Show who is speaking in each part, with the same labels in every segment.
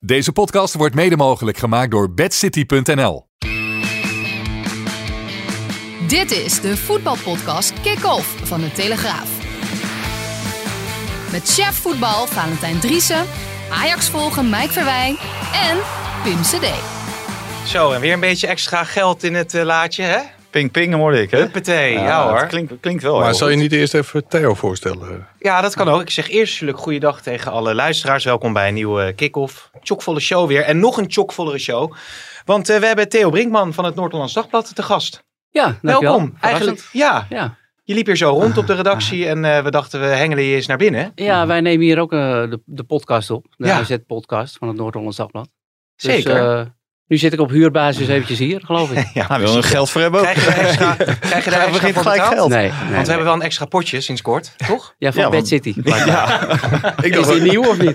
Speaker 1: Deze podcast wordt mede mogelijk gemaakt door bedcity.nl.
Speaker 2: Dit is de voetbalpodcast Kick-Off van de Telegraaf. Met chef voetbal Valentijn Driessen, Ajax volgen Mike Verwijn en Pim CD.
Speaker 3: Zo, en weer een beetje extra geld in het eh, laadje, hè?
Speaker 4: Ping ping hoor ik, hè?
Speaker 3: Huppatee, ja hoor.
Speaker 4: Het klinkt, klinkt wel
Speaker 5: Maar
Speaker 4: heel
Speaker 5: zou je
Speaker 4: goed.
Speaker 5: niet eerst even Theo voorstellen?
Speaker 3: Ja, dat kan ook. Ik zeg eerst natuurlijk goeiedag tegen alle luisteraars. Welkom bij een nieuwe kick-off. Chokvolle show weer. En nog een chokvollere show. Want eh, we hebben Theo Brinkman van het Noord-Hollands Dagblad te gast.
Speaker 6: Ja,
Speaker 3: Welkom. Eigenlijk,
Speaker 6: Eigenlijk.
Speaker 3: ja.
Speaker 6: Ja.
Speaker 3: Je liep hier zo rond op de redactie en eh, we dachten we hengelen je eens naar binnen.
Speaker 6: ja, wij nemen hier ook eh, de, de podcast op. De
Speaker 3: Ja.
Speaker 6: AZ-podcast van het Noord-Hollands Dagblad. Dus,
Speaker 3: Zeker.
Speaker 6: eh, nu zit ik op huurbasis eventjes hier, geloof ik.
Speaker 3: ja,
Speaker 4: Nou, wil er geld voor hebben ook.
Speaker 3: Krijg je daar extra, krijg je daar
Speaker 4: Hij
Speaker 3: extra
Speaker 4: begint
Speaker 3: voor
Speaker 4: gelijk
Speaker 3: betaald?
Speaker 4: geld.
Speaker 6: Nee, nee,
Speaker 3: Want we
Speaker 6: nee.
Speaker 3: hebben wel een extra potje sinds kort, toch?
Speaker 6: Ja, van
Speaker 4: Ja,
Speaker 6: Bad
Speaker 4: want-
Speaker 6: City.
Speaker 4: Ja,
Speaker 5: Ik
Speaker 6: Is
Speaker 5: dacht,
Speaker 6: die
Speaker 5: dat-
Speaker 6: nieuw of niet?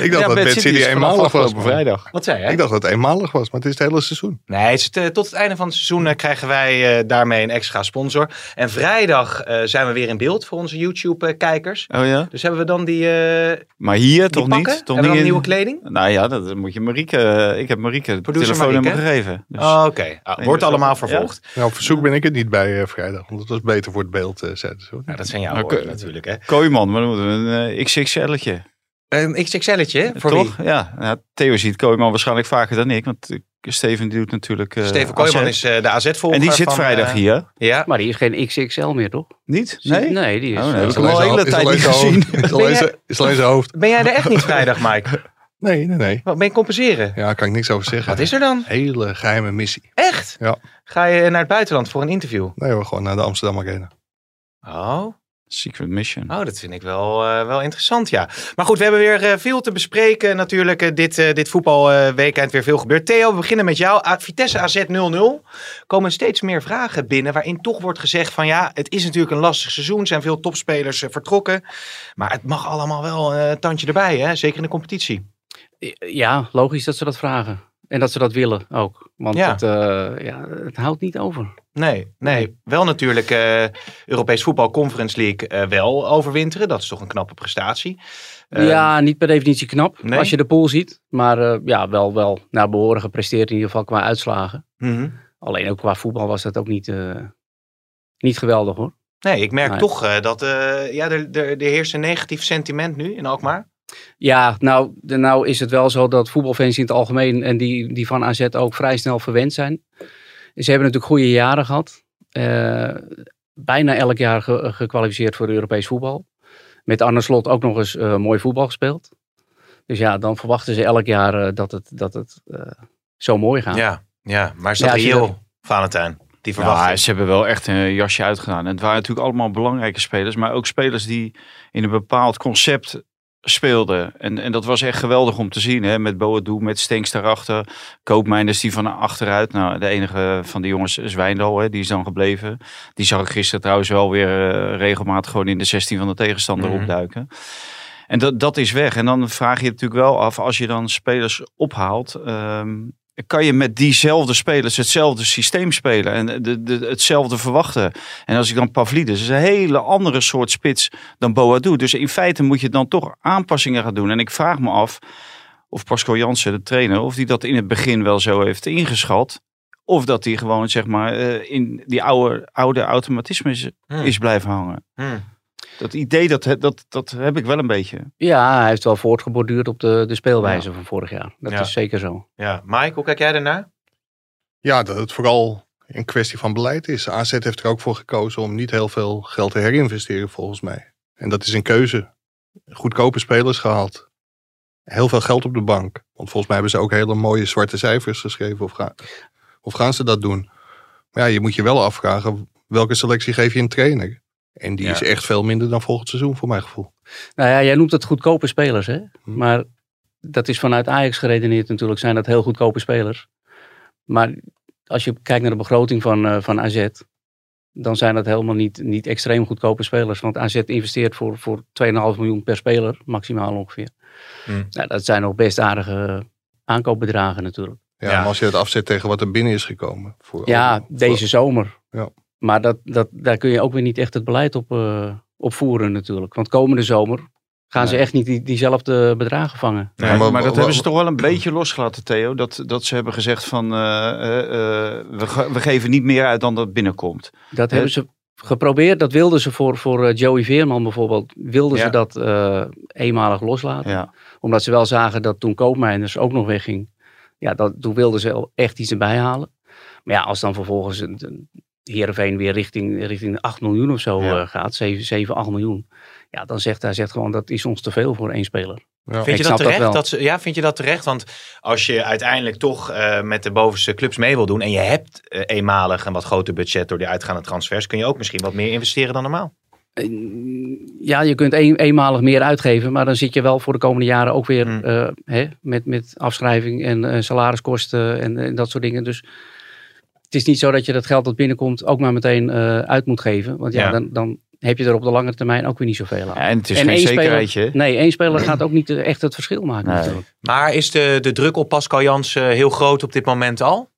Speaker 5: ik dacht dat Bad City,
Speaker 4: is vanaf
Speaker 5: eenmalig was.
Speaker 4: afgelopen
Speaker 5: man.
Speaker 4: vrijdag.
Speaker 3: Wat zei je?
Speaker 5: Ik dacht dat het eenmalig was, maar het is het hele seizoen.
Speaker 3: Nee, het is het, eh, tot het einde van het seizoen eh, krijgen wij eh, daarmee een extra sponsor. En vrijdag eh, zijn we weer in beeld voor onze YouTube-kijkers.
Speaker 4: Oh ja?
Speaker 3: dus hebben we dan die, eh, die
Speaker 4: Maar hier toch
Speaker 3: pakken?
Speaker 4: niet?
Speaker 3: hebben we
Speaker 4: Toch
Speaker 3: dan
Speaker 4: niet in-
Speaker 3: nieuwe kleding?
Speaker 4: Nou ja, dat moet je Marieke... eh, Ik heb Marieke het
Speaker 3: Producer
Speaker 4: telefoonnummer
Speaker 3: Marieke?
Speaker 4: gegeven. Dus
Speaker 3: Oh, Oké, Ah,
Speaker 4: Nee,
Speaker 3: wordt
Speaker 4: dus
Speaker 3: allemaal
Speaker 4: dat- ja.
Speaker 3: vervolgd.
Speaker 5: Nou, op verzoek ben ik het niet bij eh, vrijdag, want het was beter voor het beeld, eh, zeiden ze.
Speaker 3: Nou, dat zijn jouw
Speaker 4: Oké.
Speaker 3: woorden natuurlijk, hè. Ehm,
Speaker 4: Kooiman, maar dan moeten we een eh, XXL'tje.
Speaker 3: Een XXL'tje, voor
Speaker 4: toch?
Speaker 3: wie?
Speaker 4: Ja, nou, Theo ziet Kooiman waarschijnlijk vaker dan ik. Want eh, Steven doet natuurlijk... eh,
Speaker 3: Steven Kooijman
Speaker 4: AZ.
Speaker 3: is eh, de AZ-volger
Speaker 4: En die zit
Speaker 3: van,
Speaker 4: vrijdag
Speaker 3: eh,
Speaker 4: hier.
Speaker 3: Ja,
Speaker 6: Maar die is geen XXL meer, toch?
Speaker 4: Niet? Nee?
Speaker 6: Nee, die is...
Speaker 4: Oh, nee,
Speaker 6: eh,
Speaker 4: dat
Speaker 5: Is
Speaker 4: heb ik
Speaker 5: alleen
Speaker 4: al de
Speaker 5: zijn-
Speaker 4: hele
Speaker 5: is
Speaker 4: tijd
Speaker 5: alleen
Speaker 4: niet
Speaker 5: zijn
Speaker 4: gezien.
Speaker 5: hoofd. Is alleen zijn- Is alleen zijn hoofd.
Speaker 3: ben jij er echt niet vrijdag, Mike?
Speaker 5: Nee, nee, nee.
Speaker 3: Wat ben je compenseren?
Speaker 5: Ja, daar kan ik niks over zeggen.
Speaker 3: Wat is er dan?
Speaker 5: Hele geheime missie.
Speaker 3: Echt?
Speaker 5: Ja.
Speaker 3: Ga je naar het buitenland voor een interview?
Speaker 5: Nee, we gewoon naar de Amsterdam Arena.
Speaker 3: Oh.
Speaker 4: Secret Mission.
Speaker 3: Oh, dat vind ik wel, eh, wel interessant, ja. Maar goed, we hebben weer eh, veel te bespreken natuurlijk. eh, dit, eh, dit voetbalweekend weer veel gebeurd. Theo, we beginnen met jou. A- Vitesse AZ 0-0. Komen steeds meer vragen binnen waarin toch wordt gezegd van... ja, het is natuurlijk een lastig seizoen. Er zijn veel topspelers eh, vertrokken. Maar het mag allemaal wel eh, een tandje erbij, hè? zeker in de competitie.
Speaker 6: Ja, logisch dat ze dat vragen. En dat ze dat willen ook. Want
Speaker 3: Ja.
Speaker 6: het, eh, ja, het houdt niet over.
Speaker 3: Nee, nee. Wel natuurlijk eh, Europees Voetbal Conference League eh, wel overwinteren. Dat is toch een knappe prestatie. Eh,
Speaker 6: ja, niet per definitie knap.
Speaker 3: nee?
Speaker 6: Als je de pool ziet. Maar eh, ja, wel, wel naar behoren gepresteerd in ieder geval qua uitslagen.
Speaker 3: mhm.
Speaker 6: Alleen ook qua voetbal was dat ook niet, eh, niet geweldig hoor.
Speaker 3: Nee, ik merk
Speaker 6: Nee.
Speaker 3: toch eh, dat eh, ja, er, er, er heerst een negatief sentiment nu in Alkmaar.
Speaker 6: Ja, nou, de- nou is het wel zo dat voetbalfans in het algemeen en die, die van AZ ook vrij snel verwend zijn. Ze hebben natuurlijk goede jaren gehad. Eh, bijna elk jaar ge- gekwalificeerd voor Europees voetbal. Met Arne Slot ook nog eens eh, mooi voetbal gespeeld. Dus ja, dan verwachten ze elk jaar eh, dat het, dat het eh, zo mooi gaat.
Speaker 3: Ja, ja maar is
Speaker 6: Ja, als je dat-
Speaker 3: Valentijn? Die
Speaker 4: Ja,
Speaker 3: het.
Speaker 4: ze hebben wel echt een jasje uitgedaan. En het waren natuurlijk allemaal belangrijke spelers. Maar ook spelers die in een bepaald concept speelden. En, en dat was echt geweldig om te zien. Hè? Met Boadu, met Stenks daarachter. Koopmijnders die van achteruit. Nou, de enige van de jongens is Wijndal. Hè? Die is dan gebleven. Die zag ik gisteren trouwens wel weer eh, regelmatig gewoon in de 16 van de tegenstander
Speaker 3: Mhm.
Speaker 4: opduiken. En dat, dat is weg. En dan vraag je je natuurlijk wel af, als je dan spelers ophaalt, ehm, kan je met diezelfde spelers hetzelfde systeem spelen en de, de, hetzelfde verwachten. En als ik dan Pavlidis, is een hele andere soort spits dan Boadu. Dus in feite moet je dan toch aanpassingen gaan doen. En ik vraag me af of Pascal Jansen, de trainer, of die dat in het begin wel zo heeft ingeschat. Of dat hij gewoon, zeg maar, eh, in die oude, oude automatismes
Speaker 3: Hmm.
Speaker 4: is blijven hangen.
Speaker 3: Hmm.
Speaker 4: Dat idee, dat, dat, dat heb ik wel een beetje.
Speaker 6: Ja, hij heeft wel voortgeborduurd op de, de speelwijze van vorig jaar. Dat
Speaker 3: Ja.
Speaker 6: is zeker zo.
Speaker 3: Ja, Mike, hoe kijk jij daarnaar?
Speaker 5: Ja, dat het vooral een kwestie van beleid is. AZ heeft er ook voor gekozen om niet heel veel geld te herinvesteren, volgens mij. En dat is een keuze. Goedkope spelers gehaald. Heel veel geld op de bank. Want volgens mij hebben ze ook hele mooie zwarte cijfers geschreven. Of, ga- of gaan ze dat doen? Maar ja, je moet je wel afvragen, welke selectie geef je een trainer? En die
Speaker 3: Ja.
Speaker 5: is echt veel minder dan volgend seizoen, voor mijn gevoel.
Speaker 6: Nou ja, jij noemt het goedkope spelers, hè? Maar dat is vanuit Ajax geredeneerd natuurlijk, zijn dat heel goedkope spelers. Maar als je kijkt naar de begroting van, eh, van AZ, dan zijn dat helemaal niet, niet extreem goedkope spelers. Want AZ investeert voor, voor 2,5 miljoen per speler, maximaal ongeveer.
Speaker 3: Hmm.
Speaker 6: Nou, dat zijn nog best aardige aankoopbedragen natuurlijk.
Speaker 5: Ja,
Speaker 3: Ja.
Speaker 5: Maar als je het afzet tegen wat er binnen is gekomen. Voor
Speaker 6: Ja,
Speaker 4: eh,
Speaker 5: voor-
Speaker 6: deze zomer.
Speaker 5: Ja.
Speaker 6: Maar dat, dat, daar kun je ook weer niet echt het beleid op, eh, op voeren natuurlijk. Want komende zomer gaan ze
Speaker 4: Nee.
Speaker 6: echt niet die, diezelfde bedragen vangen.
Speaker 5: Ja,
Speaker 4: maar,
Speaker 5: wa-
Speaker 4: dat
Speaker 5: wa-
Speaker 4: hebben ze toch wel een beetje losgelaten, Theo. Dat, dat ze hebben gezegd van eh, eh, eh, we, ge- we geven niet meer uit dan dat binnenkomt.
Speaker 6: Dat
Speaker 4: Hè?
Speaker 6: hebben ze geprobeerd. Dat wilden ze voor, voor eh, Joey Veerman bijvoorbeeld. Wilden
Speaker 4: Ja.
Speaker 6: ze dat eh, eenmalig loslaten.
Speaker 4: Ja.
Speaker 6: Omdat ze wel zagen dat toen Koopmijners ook nog wegging. Ja, dat, toen wilden ze wel echt iets erbij halen. Maar ja, als dan vervolgens een- een Heerenveen weer richting, richting de 8 miljoen of zo
Speaker 4: Ja.
Speaker 6: eh, gaat. 7, 7, 8 miljoen. Ja, dan zegt hij zegt gewoon dat is ons te veel voor één speler.
Speaker 5: Ja.
Speaker 3: Vind je
Speaker 6: Ik
Speaker 3: dat
Speaker 6: snap dat
Speaker 3: terecht?
Speaker 6: wel.
Speaker 3: dat ze, ja, vind je dat terecht? Want als je uiteindelijk toch eh, met de bovenste clubs mee wil doen en je hebt eh, eenmalig een wat groter budget door die uitgaande transfers, kun je ook misschien wat meer investeren dan normaal.
Speaker 6: Ja, je kunt een, eenmalig meer uitgeven, maar dan zit je wel voor de komende jaren ook weer
Speaker 3: Hmm.
Speaker 6: eh, hè, met, met afschrijving en eh, salariskosten en, en dat soort dingen. Dus het is niet zo dat je dat geld dat binnenkomt ook maar meteen eh, uit moet geven. Want ja,
Speaker 3: Ja.
Speaker 6: Dan, dan heb je er op de lange termijn ook weer niet zoveel aan.
Speaker 4: Ja, en het is
Speaker 6: En
Speaker 4: geen
Speaker 6: één
Speaker 4: zekerheidje. hè?
Speaker 6: Nee, één speler gaat ook niet eh, echt het verschil maken.
Speaker 4: Nee.
Speaker 6: natuurlijk.
Speaker 3: Maar is de, de druk op Pascal Jansen eh, heel groot op dit moment al?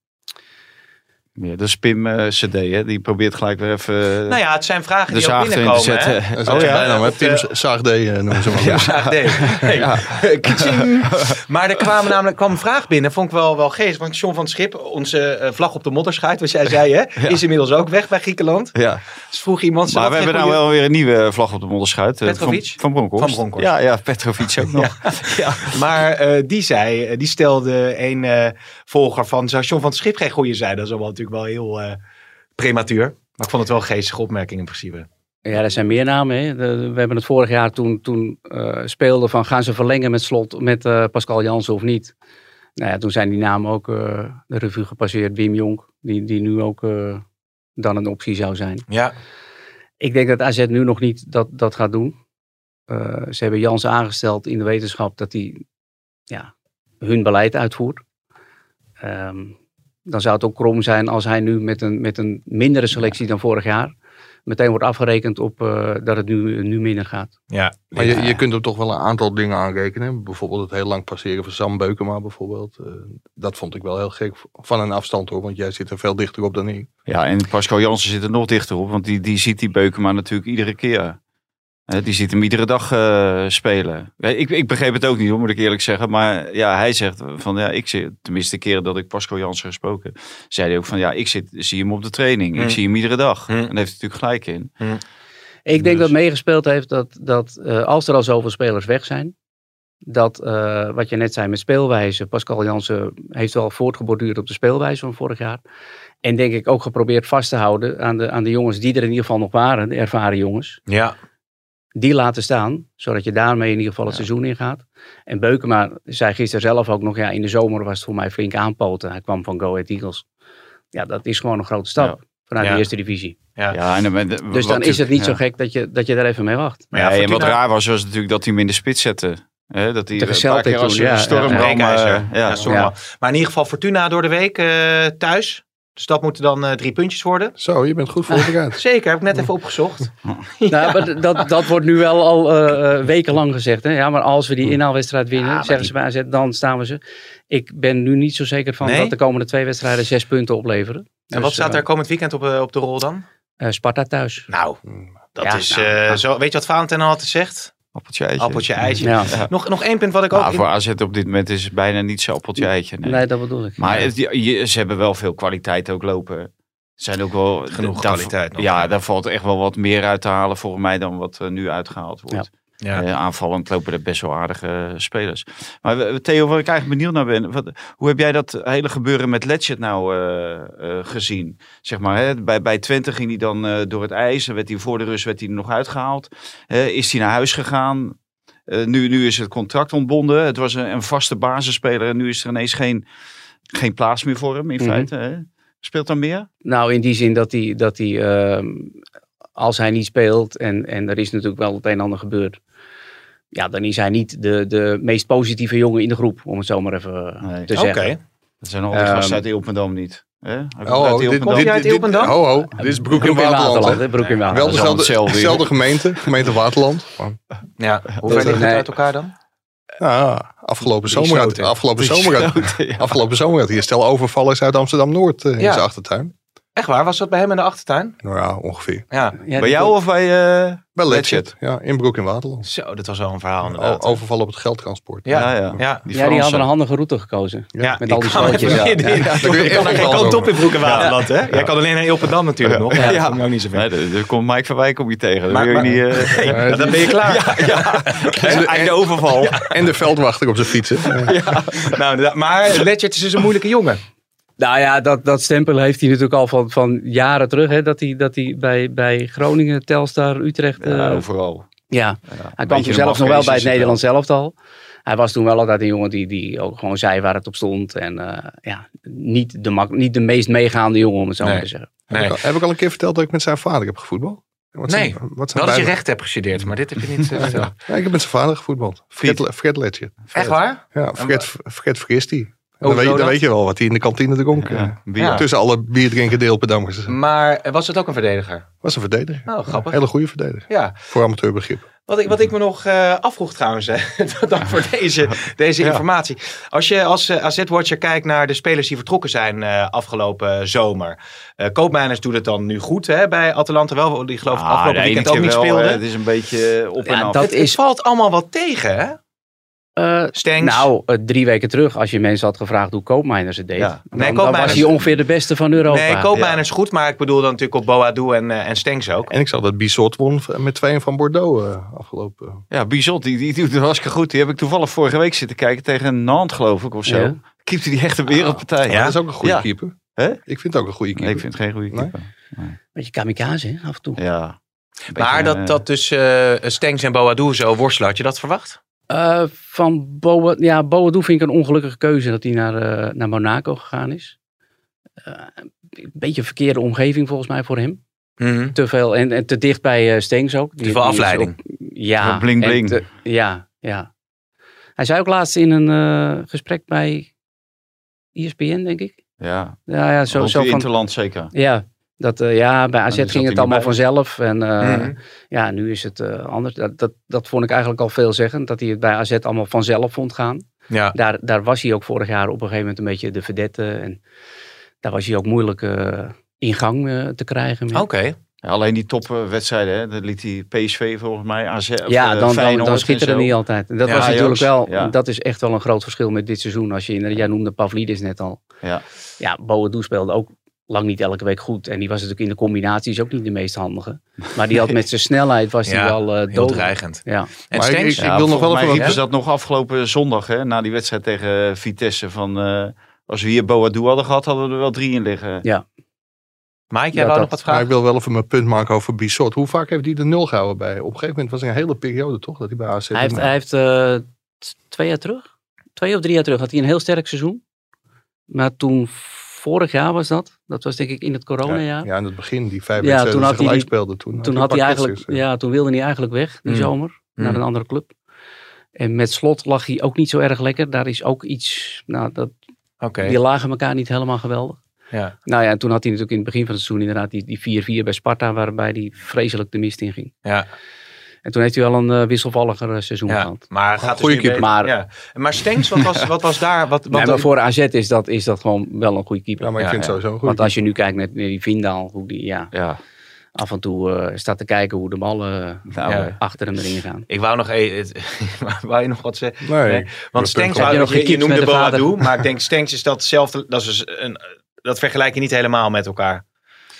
Speaker 4: Ja, dat is Pim eh, CD, hè? die probeert gelijk weer even eh,
Speaker 3: nou ja, het zijn vragen
Speaker 4: de
Speaker 3: die ook
Speaker 4: zaag erin te
Speaker 3: binnenkomen. hè?
Speaker 4: zetten.
Speaker 5: Dat is
Speaker 3: Oh
Speaker 5: oh,
Speaker 3: ja.
Speaker 5: bijna, maar
Speaker 3: Of,
Speaker 5: Tim
Speaker 3: eh,
Speaker 5: Zaag D eh, noemen ze maar.
Speaker 4: Ja.
Speaker 3: Zaag D. Dus, ah, Hey. Kaching. Maar er kwam namelijk kwam een vraag binnen, vond ik wel, wel geest. Want John van het Schip, onze eh, vlag op de modderscheid, wat jij zei, hè, is inmiddels ook weg bij Griekenland.
Speaker 4: Ja.
Speaker 3: Dus vroeg iemand... ze,
Speaker 4: Maar
Speaker 3: wat
Speaker 4: we hebben
Speaker 3: zeggen
Speaker 4: nou
Speaker 3: jullie-
Speaker 4: wel weer een nieuwe vlag op de modderschuit. eh,
Speaker 3: Petrovic?
Speaker 4: Van, van Bronkhorst.
Speaker 3: Van Bronkhorst.
Speaker 4: Ja, ja, Petrovic ook nog.
Speaker 3: Maar eh, die zei, eh, die stelde een eh, volger van, zou John van het Schip geen goede zijn? Dat is wel natuurlijk wel heel eh, prematuur. Maar ik vond het wel een geestige opmerking in principe.
Speaker 6: Ja, er zijn meer namen. Hè. De- de- we hebben het vorig jaar toen, toen eh, speelde van gaan ze verlengen met slot met eh, Pascal Jansen of niet. Nou ja, toen zijn die namen ook eh, de revue gepasseerd. Wim Jong, die, die nu ook eh, dan een optie zou zijn.
Speaker 3: Ja.
Speaker 6: Ik denk dat AZ nu nog niet dat, dat gaat doen. Eh, ze hebben Jans aangesteld in de wetenschap dat hij ja, hun beleid uitvoert. Ehm, dan zou het ook krom zijn als hij nu met een, met een mindere selectie dan vorig jaar meteen wordt afgerekend op eh, dat het nu, nu minder gaat.
Speaker 3: ja.
Speaker 5: Maar je, je kunt er toch wel een aantal dingen aanrekenen. Bijvoorbeeld het heel lang passeren van Sam Beukema bijvoorbeeld. Eh, dat vond ik wel heel gek. Van een afstand hoor, want jij zit er veel dichter op dan ik.
Speaker 4: Ja, en Pascal Jansen zit er nog dichter op. Want die, die ziet die Beukema natuurlijk iedere keer. Hè, die ziet hem iedere dag eh, spelen. Ja, Ik, ik begreep het ook niet, hoor, moet ik eerlijk zeggen. Maar ja, hij zegt van ja, ik zit, tenminste de keren dat ik Pascal Jansen gesproken, zei hij ook van ja, ik zit, zie hem op de training.
Speaker 3: Hmm.
Speaker 4: Ik zie hem iedere dag.
Speaker 3: Hmm.
Speaker 4: En daar heeft hij natuurlijk gelijk in.
Speaker 6: Ik denk
Speaker 4: Dus-
Speaker 6: dat meegespeeld heeft dat, dat eh, als er al zoveel spelers weg zijn, dat eh, wat je net zei met speelwijze, Pascal Jansen heeft wel voortgeborduurd op de speelwijze van vorig jaar. En denk ik ook geprobeerd vast te houden aan de, aan de jongens die er in ieder geval nog waren, de ervaren jongens.
Speaker 3: Ja.
Speaker 6: die laten staan, zodat je daarmee in ieder geval het seizoen ingaat. En Beukema zei gisteren zelf ook nog, ja, in de zomer was het voor mij flink aanpoten. Hij kwam van Go Ahead Eagles. Ja, dat is gewoon een grote stap vanuit
Speaker 3: Ja.
Speaker 6: de eerste divisie.
Speaker 3: Ja.
Speaker 4: Ja, en dan,
Speaker 6: Dus dan is het niet zo gek dat je, dat je daar even mee wacht.
Speaker 3: Maar ja,
Speaker 4: Nee, en wat
Speaker 3: Fortuna-
Speaker 4: raar was, was natuurlijk dat hij hem in de spits zette. Hè, dat hij
Speaker 6: Tegen
Speaker 4: een paar
Speaker 6: Celtic
Speaker 4: keer als
Speaker 6: toen,
Speaker 4: een
Speaker 6: ja,
Speaker 4: storm
Speaker 6: ja.
Speaker 4: kwam, eh,
Speaker 3: Breekijzer.
Speaker 4: ja.
Speaker 3: Ja, sorry,
Speaker 6: Ja.
Speaker 3: man. Maar in ieder geval Fortuna door de week eh, thuis. Dus dat moeten dan eh, drie puntjes worden.
Speaker 5: Zo, je bent goed voorbereid.
Speaker 3: Zeker, heb ik net even opgezocht.
Speaker 6: Nou, maar dat, dat wordt nu wel al eh, eh, wekenlang gezegd. Hè? Ja, maar als we die inhaalwedstrijd winnen,
Speaker 3: maar
Speaker 6: zeggen ze bij AZ, dan staan we ze. Ik ben nu niet zo zeker van
Speaker 3: Nee?
Speaker 6: dat de komende twee wedstrijden zes punten opleveren.
Speaker 3: en wat
Speaker 6: Dus,
Speaker 3: staat
Speaker 6: eh,
Speaker 3: er komend weekend op, eh, op de rol dan?
Speaker 6: eh, Sparta thuis.
Speaker 3: Nou, dat
Speaker 6: Ja,
Speaker 3: is
Speaker 6: nou,
Speaker 3: eh,
Speaker 6: ja.
Speaker 3: zo. Weet je wat Valentijn altijd zegt?
Speaker 4: Appeltje eitje.
Speaker 3: Appeltje, eitje.
Speaker 6: Ja.
Speaker 3: Nog, nog één punt wat ik ook...
Speaker 4: Maar
Speaker 3: in-
Speaker 4: Nou, voor AZ op dit moment is het bijna niet zo appeltje eitje. Nee.
Speaker 6: Nee, dat bedoel ik.
Speaker 4: Maar het- je- ze hebben wel veel kwaliteit ook lopen. Er Zijn ook wel
Speaker 3: Genoeg
Speaker 4: daar-
Speaker 3: kwaliteit nog.
Speaker 4: Ja, daar valt echt wel wat meer uit te halen volgens mij dan wat eh, nu uitgehaald wordt.
Speaker 3: Ja.
Speaker 4: Eh, aanvallend lopen er best wel aardige eh, spelers. Maar eh, Theo, waar ik eigenlijk benieuwd naar ben, wat, hoe heb jij dat hele gebeuren met Letchet nou eh, eh, gezien? Zeg maar, hè, bij, bij Twente ging hij dan eh, door het ijs en werd hij voor de rust werd hij er nog uitgehaald. Eh, is hij naar huis gegaan? Eh, nu, nu is het contract ontbonden. Het was een, een vaste basisspeler en nu is er ineens geen, geen plaats meer voor hem in
Speaker 6: Mhm.
Speaker 4: feite. Hè? Speelt dan meer?
Speaker 6: Nou, in die zin dat hij, dat hij ehm, als hij niet speelt, en, en er is natuurlijk wel het een en ander gebeurd, ja, dan is hij niet de, de meest positieve jongen in de groep, om het zo maar even eh,
Speaker 4: Nee.
Speaker 6: te
Speaker 3: Oké.
Speaker 6: zeggen.
Speaker 4: Dat zijn al die
Speaker 6: Ehm,
Speaker 4: gasten uit Ilpendam niet. hè? Hij komt
Speaker 5: Oh,
Speaker 4: uit
Speaker 5: oh, dit,
Speaker 4: Ilpendam.
Speaker 5: dit,
Speaker 3: hij uit
Speaker 5: dit-
Speaker 3: Ilpendam?
Speaker 5: ho, ho, dit is Broek in Waterland. hè.
Speaker 6: hè, Broek in
Speaker 5: Wel
Speaker 6: Waterland. Dus,
Speaker 4: is allemaal
Speaker 5: dezelfde,
Speaker 4: hetzelfde
Speaker 5: dezelfde gemeente, gemeente Waterland. Maar,
Speaker 3: Ja, hoe ver
Speaker 6: Dat is-
Speaker 3: ligt het
Speaker 6: nee.
Speaker 3: uit elkaar dan?
Speaker 5: ja, Ah, afgelopen
Speaker 3: Die
Speaker 5: zomer, had,
Speaker 3: schoten.
Speaker 5: afgelopen,
Speaker 4: Die
Speaker 5: zomer had,
Speaker 4: schoten, ja.
Speaker 5: afgelopen zomer had hij een stel overvallers uit Amsterdam-Noord eh, in
Speaker 3: Ja.
Speaker 5: zijn achtertuin.
Speaker 3: Echt waar? Was dat bij hem in de achtertuin?
Speaker 5: Nou ja, ongeveer.
Speaker 3: Ja.
Speaker 6: Ja,
Speaker 4: Bij
Speaker 6: die-
Speaker 4: jou of bij... eh,
Speaker 5: Bij
Speaker 4: Letchet.
Speaker 5: Letchet, ja, in Broek in Waterland.
Speaker 3: Zo, dat was wel een verhaal
Speaker 5: O-
Speaker 3: inderdaad.
Speaker 5: Overval op het geldtransport.
Speaker 3: Ja,
Speaker 4: ja.
Speaker 3: ja.
Speaker 6: ja, die
Speaker 4: Fransen.
Speaker 6: hadden een handige route gekozen.
Speaker 3: Ja,
Speaker 6: Met al die
Speaker 3: kan
Speaker 6: stootjes,
Speaker 3: even-
Speaker 6: ja.
Speaker 3: die-
Speaker 6: Ja.
Speaker 3: die-
Speaker 5: kun je
Speaker 3: die kan
Speaker 5: echt
Speaker 3: er geen
Speaker 5: wel
Speaker 3: kant
Speaker 5: over.
Speaker 3: op in Broek en Waterland, hè? Jij kan alleen naar Ilpendam natuurlijk nog. Ja, dat komt ook niet zo ver.
Speaker 4: Nee, daar daar komt Mike van Wijk ook niet tegen. Dan
Speaker 3: Maar-
Speaker 4: wil je
Speaker 3: maar-
Speaker 4: niet... eh,
Speaker 3: Nee,
Speaker 5: Eh,
Speaker 3: dan ben je klaar.
Speaker 4: hè, einde overval.
Speaker 5: En de veldwachter op zijn fietsen.
Speaker 3: Nou, inderdaad. maar Ledgert is dus een moeilijke jongen.
Speaker 6: Nou ja, dat, dat stempel heeft hij natuurlijk al van, van jaren terug. Hè, dat hij, dat hij bij, bij Groningen, Telstar, Utrecht... eh,
Speaker 4: Ja, overal.
Speaker 6: Ja, hij kwam
Speaker 4: beetje
Speaker 6: toen
Speaker 4: de
Speaker 6: zelfs nog wel
Speaker 4: mafkees
Speaker 6: bij
Speaker 4: is
Speaker 6: het
Speaker 4: het
Speaker 6: Nederlands elftal. Hij was toen wel altijd een jongen die, die ook gewoon zei waar het op stond. En eh, ja, niet de, mak- niet de meest meegaande jongen, om het zo
Speaker 3: Nee.
Speaker 6: maar te zeggen.
Speaker 3: Nee.
Speaker 5: Nou, Heb, ik al, heb ik al een keer verteld dat ik met zijn vader heb gevoetbald? Wat zijn-
Speaker 3: Nee,
Speaker 5: wat zijn
Speaker 3: Wel dat je
Speaker 5: wij-
Speaker 3: recht hebt gestudeerd, maar dit heb je niet eh, verteld.
Speaker 5: Ja, ik heb met zijn vader gevoetbald. Fred, Le- Fred Letchet.
Speaker 3: Echt waar?
Speaker 5: Ja, Fred, Fred vergist hij. En
Speaker 3: Hoezo
Speaker 5: Dan weet, je- dan
Speaker 3: dat?
Speaker 5: weet je wel wat hij in de kantine dronk. eh.
Speaker 4: Oh, Ja, bier. Mm.
Speaker 3: Ja.
Speaker 5: Tussen alle bierdrinkende Ilpedammers.
Speaker 3: Maar eh, was het ook een verdediger?
Speaker 5: Was een verdediger.
Speaker 3: Oh, grappig.
Speaker 5: Hele goede verdediger.
Speaker 3: Ja,
Speaker 5: Voor amateurbegrip.
Speaker 3: wat ik, wat ik me nog eh, afvroeg trouwens, hè, dank voor deze, deze informatie. Als je als eh, AZ-watcher kijkt naar de spelers die vertrokken zijn eh, afgelopen zomer. Eh Koopmeiners doet het dan nu goed hè, bij Atalanta wel, die geloof ik
Speaker 4: Ah,
Speaker 3: afgelopen
Speaker 4: de ene
Speaker 3: weekend
Speaker 4: keer
Speaker 3: ook niet
Speaker 4: wel,
Speaker 3: speelde.
Speaker 4: hè, Het is een beetje eh, op en
Speaker 6: Ja,
Speaker 4: af.
Speaker 6: dat
Speaker 3: het, het
Speaker 6: is-
Speaker 3: valt allemaal wat tegen, hè?
Speaker 6: Eh,
Speaker 3: Stengs.
Speaker 6: nou, eh, drie weken terug, als je mensen had gevraagd hoe Koopmeiners het deed.
Speaker 4: Ja.
Speaker 6: dan-
Speaker 3: Nee,
Speaker 6: dan,
Speaker 3: Koopmeiners-
Speaker 6: was hij ongeveer de beste van Europa.
Speaker 3: nee, Koopmeiners goed, maar ik bedoel dan natuurlijk op Boadu en, eh, en Stengs ook.
Speaker 5: En ik zag dat Bissot won v- met tweeën van Bordeaux eh, afgelopen.
Speaker 4: Ja, Bizot, die, die doet het hartstikke goed. Die heb ik toevallig vorige week zitten kijken tegen Nantes, geloof ik, of zo.
Speaker 6: Ja.
Speaker 4: Keepte die echt een wereldpartij.
Speaker 5: Ah. Ja, dat is ook een goede
Speaker 4: Ja.
Speaker 5: keeper.
Speaker 4: Hè?
Speaker 5: Ik vind het ook een goede
Speaker 4: Nee,
Speaker 5: keeper.
Speaker 4: ik vind het geen goede
Speaker 5: Nee?
Speaker 4: keeper.
Speaker 6: Beetje kamikaze, hè, af en toe.
Speaker 4: Ja.
Speaker 3: Maar dat, dat dus eh, Stengs en Boadu zo worstelen, had je dat verwacht?
Speaker 6: Eh, van Boa, ja, Boadu vind ik een ongelukkige keuze dat hij naar, eh, naar Monaco gegaan is. Eh, een beetje een verkeerde omgeving volgens mij voor hem.
Speaker 5: Mhm.
Speaker 6: te veel en, en te dicht bij eh, Stengs ook. Die-
Speaker 3: Te veel
Speaker 6: die is
Speaker 3: afleiding.
Speaker 6: ook- ja.
Speaker 4: Wat bling
Speaker 6: en
Speaker 4: bling.
Speaker 6: te- ja, ja. Hij zei ook laatst in een eh, gesprek bij E ESPN, denk ik.
Speaker 4: Ja,
Speaker 6: Ja, ja zo,
Speaker 4: zo,
Speaker 6: zo van...
Speaker 4: Interland zeker.
Speaker 6: Ja, dat, eh, ja, bij AZ
Speaker 4: zat hij
Speaker 6: ging
Speaker 4: niet
Speaker 6: het allemaal
Speaker 4: bij.
Speaker 6: vanzelf. En eh,
Speaker 3: Mhm.
Speaker 6: ja, nu is het eh, anders. Dat, dat, dat vond ik eigenlijk al veelzeggend. Dat hij het bij AZ allemaal vanzelf vond gaan.
Speaker 3: Ja.
Speaker 6: Daar, daar was hij ook vorig jaar op een gegeven moment een beetje de vedette. En daar was hij ook moeilijk eh, in gang eh, te krijgen. met.
Speaker 3: Oké.
Speaker 4: Ja, alleen die topwedstrijden, hè, dat liet hij PSV volgens mij, AZ,
Speaker 6: Ja, dan, dan,
Speaker 4: eh, Feyenoord
Speaker 6: dan schiet er
Speaker 4: en zo.
Speaker 6: niet altijd. En Dat
Speaker 3: Ja,
Speaker 6: was
Speaker 4: Ajax,
Speaker 6: natuurlijk wel,
Speaker 4: ja.
Speaker 6: dat is echt wel een groot verschil met dit seizoen. Als je, inderdaad- jij noemde Pavlidis net al.
Speaker 4: Ja.
Speaker 6: Ja, Boadu speelde ook lang niet elke week goed. En die was natuurlijk in de combinaties ook niet de meest handige. Maar die had met zijn snelheid was die
Speaker 3: Ja,
Speaker 6: wel
Speaker 3: Heel
Speaker 6: eh dood.
Speaker 3: dreigend.
Speaker 6: Ja.
Speaker 3: En
Speaker 5: Maar ik-
Speaker 3: Stengs?
Speaker 5: ik- wil nog wel
Speaker 4: volgens
Speaker 5: even
Speaker 4: mij
Speaker 5: wat-
Speaker 4: riepen ze dat nog afgelopen zondag, hè, na die wedstrijd tegen eh, Vitesse. Van, eh, als we hier Boadu hadden gehad, hadden we er wel drie in liggen.
Speaker 3: Mike, jij
Speaker 6: Ja,
Speaker 3: wou nog
Speaker 6: dat-
Speaker 3: wat
Speaker 5: Maar
Speaker 3: vragen?
Speaker 5: ik wil wel even mijn punt maken over Bissot. Hoe vaak heeft hij de nul gehouden bij? Op een gegeven moment was er een hele periode toch dat hij bij AZ
Speaker 6: Hij heeft, hij heeft eh, t- twee jaar terug, twee of drie jaar terug, had hij een heel sterk seizoen. Maar toen, vorig jaar was dat, dat was denk ik in het coronajaar.
Speaker 5: Ja, in het begin, die vijf
Speaker 6: Ja,
Speaker 5: wedstrijden
Speaker 6: toen had
Speaker 5: tegelijk
Speaker 6: hij-
Speaker 5: speelden.
Speaker 3: Nou,
Speaker 5: Toen,
Speaker 6: toen, had hij
Speaker 5: een paar
Speaker 6: eigenlijk,
Speaker 5: kwesties, eh.
Speaker 6: ja, toen wilde hij eigenlijk weg die
Speaker 3: Mm.
Speaker 6: zomer naar
Speaker 3: Mm.
Speaker 6: een andere club. En met slot lag hij ook niet zo erg lekker. Daar is ook iets, nou, dat,
Speaker 3: Oké.
Speaker 6: die lagen elkaar niet helemaal geweldig.
Speaker 3: Ja.
Speaker 6: Nou ja, en toen had hij natuurlijk in het begin van het seizoen inderdaad die, die 4-4 bij Sparta, waarbij hij vreselijk de mist in ging.
Speaker 3: Ja,
Speaker 6: En toen heeft hij wel een eh, wisselvalliger eh, seizoen
Speaker 3: ja.
Speaker 6: gehad.
Speaker 3: Maar gaat dus
Speaker 5: Goeie
Speaker 3: nu weer-
Speaker 6: keeper. Maar-
Speaker 3: ja. maar Stengs, wat was, wat was daar? Wat, wat,
Speaker 6: Nee, maar voor AZ is dat, is dat gewoon wel een goede keeper.
Speaker 5: Ja, maar ik
Speaker 3: Ja,
Speaker 5: vind
Speaker 3: ja.
Speaker 5: het sowieso goed.
Speaker 6: Want als je nu kijkt naar naar die Vindaal, hoe die ja,
Speaker 4: Ja,
Speaker 6: af en toe eh, staat te kijken hoe de ballen
Speaker 4: nou,
Speaker 3: Ja.
Speaker 4: eh,
Speaker 6: achter hem erin gaan.
Speaker 3: Ik wou nog even... wou je nog wat zeggen?
Speaker 5: Nee.
Speaker 3: Nee, Want Stengs,
Speaker 6: Heb
Speaker 3: wou,
Speaker 6: je nog
Speaker 3: je, je
Speaker 6: gekiept
Speaker 3: noemde
Speaker 6: met de vader?
Speaker 3: Boadu, maar ik denk Stengs is datzelfde... Dat, is dus een, dat vergelijk je niet helemaal met elkaar.